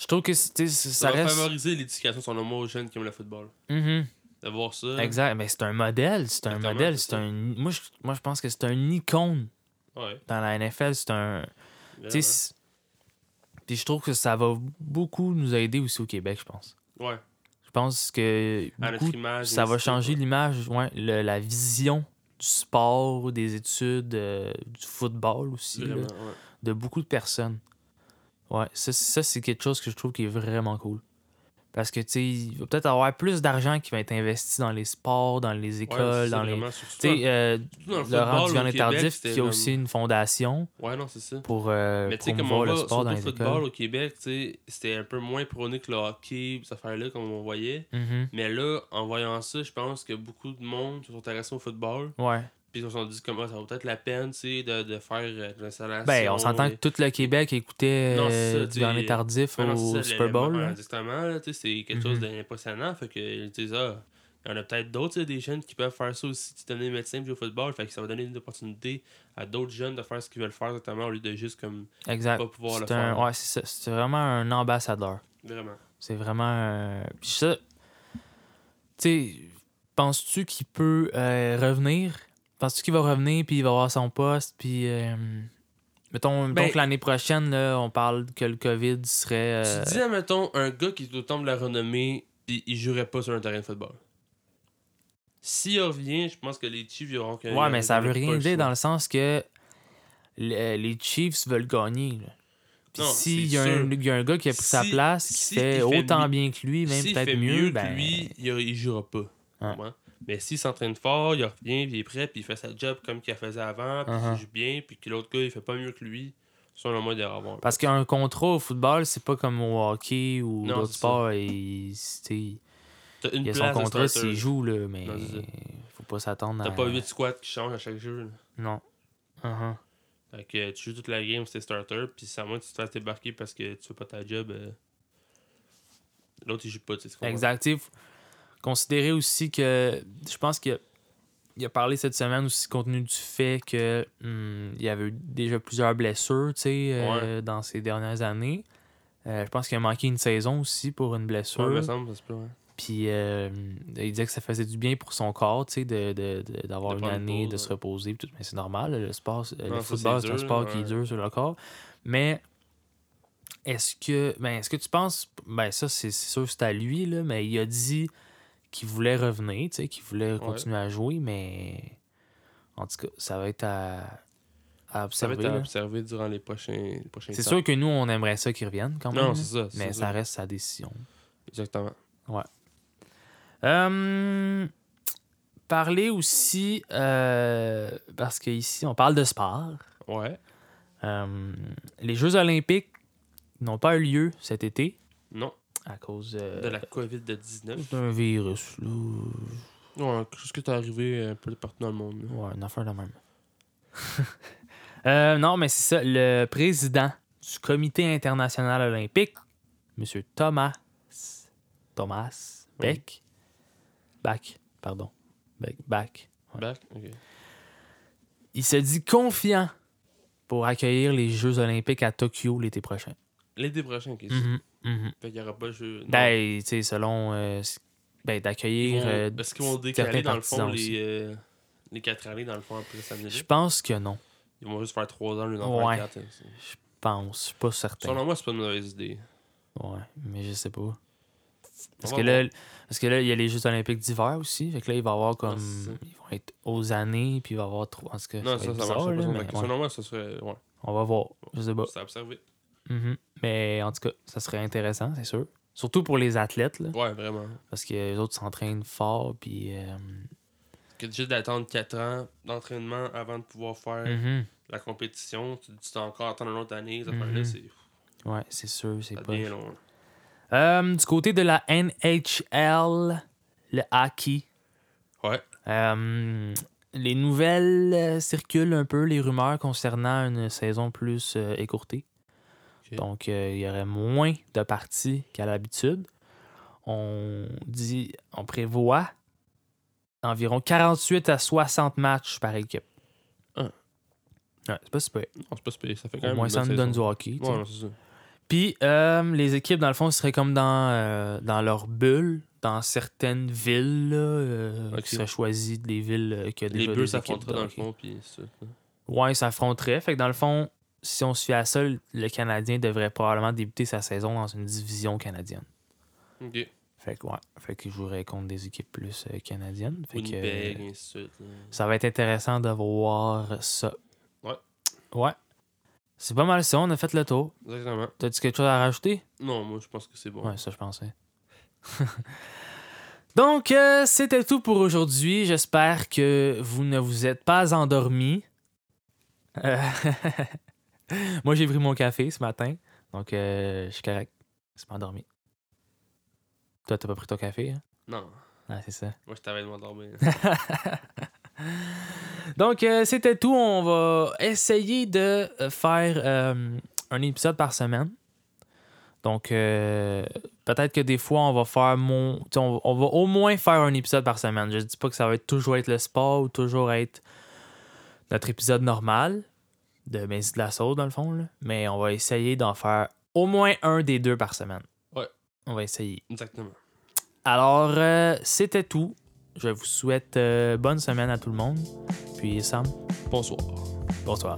[SPEAKER 1] Je trouve que c'est- tu sais,
[SPEAKER 2] Ça,
[SPEAKER 1] ça,
[SPEAKER 2] va
[SPEAKER 1] reste.
[SPEAKER 2] favoriser l'éducation, son homme aux jeunes qui aiment le football.
[SPEAKER 1] Mhm.
[SPEAKER 2] De voir ça.
[SPEAKER 1] Exact, mais c'est un modèle, c'est un
[SPEAKER 2] Exactement,
[SPEAKER 1] modèle,
[SPEAKER 2] c'est
[SPEAKER 1] c'est
[SPEAKER 2] ça.
[SPEAKER 1] un. Moi je, moi, je pense que c'est un icône
[SPEAKER 2] Ouais.
[SPEAKER 1] dans la NFL, c'est un.
[SPEAKER 2] vraiment.
[SPEAKER 1] Tu sais, c'est- Puis je trouve que ça va beaucoup nous aider aussi au Québec, je pense.
[SPEAKER 2] Ouais.
[SPEAKER 1] Je pense que
[SPEAKER 2] à
[SPEAKER 1] beaucoup,
[SPEAKER 2] notre image.
[SPEAKER 1] ça va
[SPEAKER 2] ainsi de
[SPEAKER 1] changer
[SPEAKER 2] suite,
[SPEAKER 1] l'image, ouais, le- la vision du sport, des études, euh, du football aussi,
[SPEAKER 2] ouais.
[SPEAKER 1] là,
[SPEAKER 2] Vraiment, ouais.
[SPEAKER 1] de beaucoup de personnes. Ouais, ça, c'est- ça, c'est quelque chose que je trouve qui est vraiment cool. Parce que, tu sais, il va peut-être avoir plus d'argent qui va être investi dans les sports, dans les
[SPEAKER 2] Ouais,
[SPEAKER 1] écoles,
[SPEAKER 2] c'est
[SPEAKER 1] dans les.
[SPEAKER 2] vraiment, surtout
[SPEAKER 1] Tu sais, euh,
[SPEAKER 2] dans- surtout dans le
[SPEAKER 1] Laurent
[SPEAKER 2] football, au
[SPEAKER 1] Duvernay
[SPEAKER 2] Québec,
[SPEAKER 1] Tardif,
[SPEAKER 2] c'était
[SPEAKER 1] qui a
[SPEAKER 2] comme-
[SPEAKER 1] aussi une fondation
[SPEAKER 2] Ouais, non, c'est ça.
[SPEAKER 1] pour euh,
[SPEAKER 2] Mais tu sais, comme on
[SPEAKER 1] promouvoir
[SPEAKER 2] voit,
[SPEAKER 1] le sport
[SPEAKER 2] surtout
[SPEAKER 1] dans
[SPEAKER 2] le
[SPEAKER 1] les
[SPEAKER 2] football
[SPEAKER 1] écoles.
[SPEAKER 2] au Québec, tu sais, c'était un peu moins prôné que le hockey, ces affaires-là, comme on voyait.
[SPEAKER 1] Mhm.
[SPEAKER 2] Mais là, en voyant ça, je pense que beaucoup de monde se sont intéressés au football.
[SPEAKER 1] Ouais.
[SPEAKER 2] Puis ils se sont dit, comment ça vaut peut-être la peine, tu sais, de, de faire euh, de l'installation.
[SPEAKER 1] Ben, on s'entend que
[SPEAKER 2] et-
[SPEAKER 1] tout le Québec écoutait
[SPEAKER 2] Non, c'est ça,
[SPEAKER 1] euh,
[SPEAKER 2] tu
[SPEAKER 1] du dernier
[SPEAKER 2] sais,
[SPEAKER 1] tardif
[SPEAKER 2] Ouais, non,
[SPEAKER 1] au
[SPEAKER 2] c'est ça,
[SPEAKER 1] Super
[SPEAKER 2] l'élément-
[SPEAKER 1] Bowl.
[SPEAKER 2] ouais,
[SPEAKER 1] là. Mm-hmm.
[SPEAKER 2] Exactement, là, tu sais, c'est quelque chose d'impressionnant. Fait que, ils disent, ah, il y en a peut-être d'autres, tu sais, des jeunes qui peuvent faire ça aussi, tu sais, devenir médecin, jouer au football. Fait que ça va donner une opportunité à d'autres jeunes de faire ce qu'ils veulent faire, notamment, au lieu de juste, comme,
[SPEAKER 1] Exact.
[SPEAKER 2] pas pouvoir le
[SPEAKER 1] Ah, C'est un-
[SPEAKER 2] faire.
[SPEAKER 1] ouais, c'est ça. C'est vraiment un ambassadeur.
[SPEAKER 2] Vraiment.
[SPEAKER 1] C'est vraiment un. Puis ça. Tu sais, penses-tu qu'il peut euh, revenir Penses-tu qu'il va revenir puis il va avoir son poste Puis. euh, mettons,
[SPEAKER 2] Ben-
[SPEAKER 1] donc l'année prochaine, là, on parle que le COVID serait. euh,
[SPEAKER 2] Tu dis, admettons, un gars qui est au temple de la renommée, puis il jouerait pas sur un terrain de football. S'il revient, je pense que les Chiefs, ils auront que.
[SPEAKER 1] Ouais, mais ça veut
[SPEAKER 2] pas
[SPEAKER 1] rien
[SPEAKER 2] le
[SPEAKER 1] dire
[SPEAKER 2] choix.
[SPEAKER 1] dans le sens que le- les Chiefs veulent gagner. là. Puis
[SPEAKER 2] Non,
[SPEAKER 1] s'il
[SPEAKER 2] c'est
[SPEAKER 1] y, a
[SPEAKER 2] sûr.
[SPEAKER 1] un- il y a un gars qui a pris sa
[SPEAKER 2] Si-
[SPEAKER 1] place, qui
[SPEAKER 2] si il
[SPEAKER 1] fait
[SPEAKER 2] fait
[SPEAKER 1] autant
[SPEAKER 2] mieux-
[SPEAKER 1] bien que lui, même
[SPEAKER 2] S'il
[SPEAKER 1] peut-être
[SPEAKER 2] fait
[SPEAKER 1] mieux,
[SPEAKER 2] mieux
[SPEAKER 1] ben, Ah.
[SPEAKER 2] que lui, il, il jouera pas.
[SPEAKER 1] Ouais.
[SPEAKER 2] Ouais. Mais s'il s'entraîne fort, il revient, puis il est prêt, puis il fait sa job comme qu'il la faisait avant, puis
[SPEAKER 1] Uh-huh.
[SPEAKER 2] il joue bien, puis que l'autre gars, il fait pas mieux que lui, selon moi, il devrait avoir. un
[SPEAKER 1] Parce qu'un contrat au football, c'est pas comme au hockey ou
[SPEAKER 2] Non,
[SPEAKER 1] d'autres
[SPEAKER 2] c'est ça.
[SPEAKER 1] sports. Il, c'est- il
[SPEAKER 2] T'as une
[SPEAKER 1] y a son
[SPEAKER 2] place de
[SPEAKER 1] contrat
[SPEAKER 2] starter.
[SPEAKER 1] s'il joue, euh, là, mais
[SPEAKER 2] Non, c'est ça.
[SPEAKER 1] faut pas s'attendre à.
[SPEAKER 2] T'as pas 8 squats qui changent à chaque jeu. là.
[SPEAKER 1] Non. Uh-huh.
[SPEAKER 2] Fait que tu joues toute la game, c'est starter, puis si à moins que tu te fasses débarquer parce que tu fais pas ta job, euh, l'autre il joue pas, tu sais. tu comprends?
[SPEAKER 1] Exact. Tu sais, faut Considérer aussi que je pense qu'il a, il a parlé cette semaine aussi compte tenu du fait que hum, il y avait eu déjà plusieurs blessures tu sais, euh, dans ces dernières années. Euh, je pense qu'il a manqué une saison aussi pour une blessure.
[SPEAKER 2] Ouais, me semble, ça se peut, ouais.
[SPEAKER 1] Puis euh, il disait que ça faisait du bien pour son corps, tu sais, de- de- de- d'avoir
[SPEAKER 2] De
[SPEAKER 1] une
[SPEAKER 2] prendre une
[SPEAKER 1] année,
[SPEAKER 2] pause,
[SPEAKER 1] de se
[SPEAKER 2] ouais.
[SPEAKER 1] reposer. puis tout. Mais c'est normal, le, sport, c'est- euh,
[SPEAKER 2] Non,
[SPEAKER 1] le
[SPEAKER 2] ça,
[SPEAKER 1] football,
[SPEAKER 2] c'est
[SPEAKER 1] c'est un
[SPEAKER 2] dur,
[SPEAKER 1] sport qui est
[SPEAKER 2] ouais.
[SPEAKER 1] dur sur le corps. Mais est-ce que ben, est-ce que tu penses. Ben, ça, c'est c'est sûr, c'est à lui, là, mais il a dit qu'il voulait revenir, tu sais, qu'il voulait continuer à jouer, mais en tout cas, ça va être à, à
[SPEAKER 2] Ça
[SPEAKER 1] observer.
[SPEAKER 2] va être à
[SPEAKER 1] là.
[SPEAKER 2] observer durant les prochains, les prochains
[SPEAKER 1] C'est
[SPEAKER 2] temps.
[SPEAKER 1] sûr que nous, on aimerait ça qu'il revienne quand même.
[SPEAKER 2] Non,
[SPEAKER 1] là,
[SPEAKER 2] c'est ça. c'est
[SPEAKER 1] mais
[SPEAKER 2] ça.
[SPEAKER 1] ça reste sa décision.
[SPEAKER 2] Exactement.
[SPEAKER 1] Euh, parler aussi, euh, parce qu'ici, on parle de sport.
[SPEAKER 2] Ouais.
[SPEAKER 1] Euh, les Jeux Olympiques n'ont pas eu lieu cet été
[SPEAKER 2] Non.
[SPEAKER 1] à cause euh,
[SPEAKER 2] De la COVID-19.
[SPEAKER 1] d'un virus. là.
[SPEAKER 2] Ouais, qu'est-ce que t'es arrivé un peu partout dans le monde. là.
[SPEAKER 1] Ouais, une affaire de même. Euh, non, mais c'est ça. Le président du Comité international olympique, M. Thomas Thomas Beck, Bach, pardon, Beck, Bach, Ouais.
[SPEAKER 2] Back? Ok.
[SPEAKER 1] Il se dit confiant pour accueillir les Jeux olympiques à Tokyo l'été prochain.
[SPEAKER 2] L'été prochain, ok. hein, Fait qu'il y aura pas de jeu. non.
[SPEAKER 1] Mhm. Ben, tu sais, selon... euh, c- ben,
[SPEAKER 2] Ils
[SPEAKER 1] d'accueillir...
[SPEAKER 2] vont-
[SPEAKER 1] euh,
[SPEAKER 2] Est-ce qu'ils vont
[SPEAKER 1] certains
[SPEAKER 2] décaler dans le fond
[SPEAKER 1] partisans
[SPEAKER 2] les,
[SPEAKER 1] aussi.
[SPEAKER 2] euh, les 4 années dans le fond après ça
[SPEAKER 1] Je
[SPEAKER 2] minutes
[SPEAKER 1] pense que non.
[SPEAKER 2] Ils vont juste faire 3 ans, le dans
[SPEAKER 1] Ouais. Ben.
[SPEAKER 2] ouais. 4.
[SPEAKER 1] Je pense. Je suis pas certain.
[SPEAKER 2] hein, Selon moi, c'est pas une mauvaise idée.
[SPEAKER 1] Ouais, mais je sais pas. Parce
[SPEAKER 2] On
[SPEAKER 1] que
[SPEAKER 2] va
[SPEAKER 1] là, parce que là, il y a les Jeux olympiques d'hiver aussi. Fait que là, il va y avoir comme...
[SPEAKER 2] Ouais, Ah, c'est ça.
[SPEAKER 1] Ils vont être aux années, puis il va y avoir trois... En tout cas,
[SPEAKER 2] Non,
[SPEAKER 1] ça
[SPEAKER 2] ça,
[SPEAKER 1] va
[SPEAKER 2] ça
[SPEAKER 1] être
[SPEAKER 2] marche
[SPEAKER 1] bizarre,
[SPEAKER 2] pas.
[SPEAKER 1] là,
[SPEAKER 2] selon-
[SPEAKER 1] mais ouais. Oh.
[SPEAKER 2] Selon moi, ça serait. Ouais.
[SPEAKER 1] On va voir. Je sais pas.
[SPEAKER 2] C'est à observer.
[SPEAKER 1] Mhm. Mais en tout cas, ça serait intéressant, c'est sûr. Surtout pour les athlètes, là.
[SPEAKER 2] Ouais, vraiment.
[SPEAKER 1] Parce que les autres s'entraînent fort, puis... euh,
[SPEAKER 2] Que juste d'attendre 4 ans d'entraînement avant de pouvoir faire
[SPEAKER 1] mhm.
[SPEAKER 2] la compétition, tu tu t'as encore attendre une autre année, ça
[SPEAKER 1] Mhm.
[SPEAKER 2] là c'est
[SPEAKER 1] Ouais, c'est sûr, c'est
[SPEAKER 2] ça
[SPEAKER 1] pas.
[SPEAKER 2] devient long. là.
[SPEAKER 1] Euh, du côté de la NHL, le hockey,
[SPEAKER 2] Ouais.
[SPEAKER 1] euh, les nouvelles euh, circulent un peu, les rumeurs concernant une saison plus euh, écourtée.
[SPEAKER 2] Ok.
[SPEAKER 1] Donc, euh, il y aurait moins de parties qu'à l'habitude. On dit, on prévoit environ 48 à 60 matchs par équipe.
[SPEAKER 2] Ah.
[SPEAKER 1] Ouais, c'est pas super.
[SPEAKER 2] Non, c'est pas spécial. Ça fait quand
[SPEAKER 1] Au
[SPEAKER 2] même.
[SPEAKER 1] moins,
[SPEAKER 2] une
[SPEAKER 1] ça
[SPEAKER 2] bonne
[SPEAKER 1] nous donne du
[SPEAKER 2] saison.
[SPEAKER 1] hockey. tu sais.
[SPEAKER 2] Ouais, non, c'est ça.
[SPEAKER 1] Puis euh, les équipes, dans le fond, seraient comme dans, euh, dans leur bulle, dans certaines villes là, euh,
[SPEAKER 2] Ok.
[SPEAKER 1] qui seraient choisies des villes euh, qui a
[SPEAKER 2] Les
[SPEAKER 1] déjà
[SPEAKER 2] bulles
[SPEAKER 1] des équipes
[SPEAKER 2] s'affronteraient
[SPEAKER 1] de
[SPEAKER 2] dans le
[SPEAKER 1] hockey.
[SPEAKER 2] fond, puis c'est ça.
[SPEAKER 1] Ouais, ils s'affronteraient. Fait que dans le fond, si on se fie à ça, le Canadien devrait probablement débuter sa saison dans une division canadienne.
[SPEAKER 2] Ok.
[SPEAKER 1] Fait Fait que, ouais. Fait qu'ils joueraient contre des équipes plus euh, canadiennes. Fait que,
[SPEAKER 2] Winnipeg,
[SPEAKER 1] euh,
[SPEAKER 2] et ainsi de suite. là.
[SPEAKER 1] ça va être intéressant de voir ça.
[SPEAKER 2] Ouais.
[SPEAKER 1] Ouais. C'est pas mal ça, on a fait le tour.
[SPEAKER 2] Exactement.
[SPEAKER 1] T'as-tu quelque chose à rajouter?
[SPEAKER 2] Non, moi, je pense que c'est bon.
[SPEAKER 1] Ouais, ça je pensais. Donc, euh, c'était tout pour aujourd'hui. J'espère que vous ne vous êtes pas endormis. Euh, Moi, j'ai pris mon café ce matin, donc euh, je suis correct. Je suis pas endormi. Toi, t'as pas pris ton café, hein?
[SPEAKER 2] Non,
[SPEAKER 1] Ah, c'est ça.
[SPEAKER 2] moi, je t'avais demandé d'endormir.
[SPEAKER 1] Donc, euh, c'était tout. On va essayer de faire euh, un épisode par semaine. Donc, euh, peut-être que des fois, on va faire mon. tu sais, On, on va au moins faire un épisode par semaine. Je dis pas que ça va être toujours être le sport ou toujours être notre épisode normal de Messi de la Sauce, dans le fond. là. Mais on va essayer d'en faire au moins un des deux par semaine.
[SPEAKER 2] Ouais.
[SPEAKER 1] On va essayer.
[SPEAKER 2] Exactement.
[SPEAKER 1] Alors, euh, c'était tout. Je vous souhaite euh, bonne semaine à tout le monde. Puis, Sam,
[SPEAKER 2] Bonsoir.
[SPEAKER 1] bonsoir.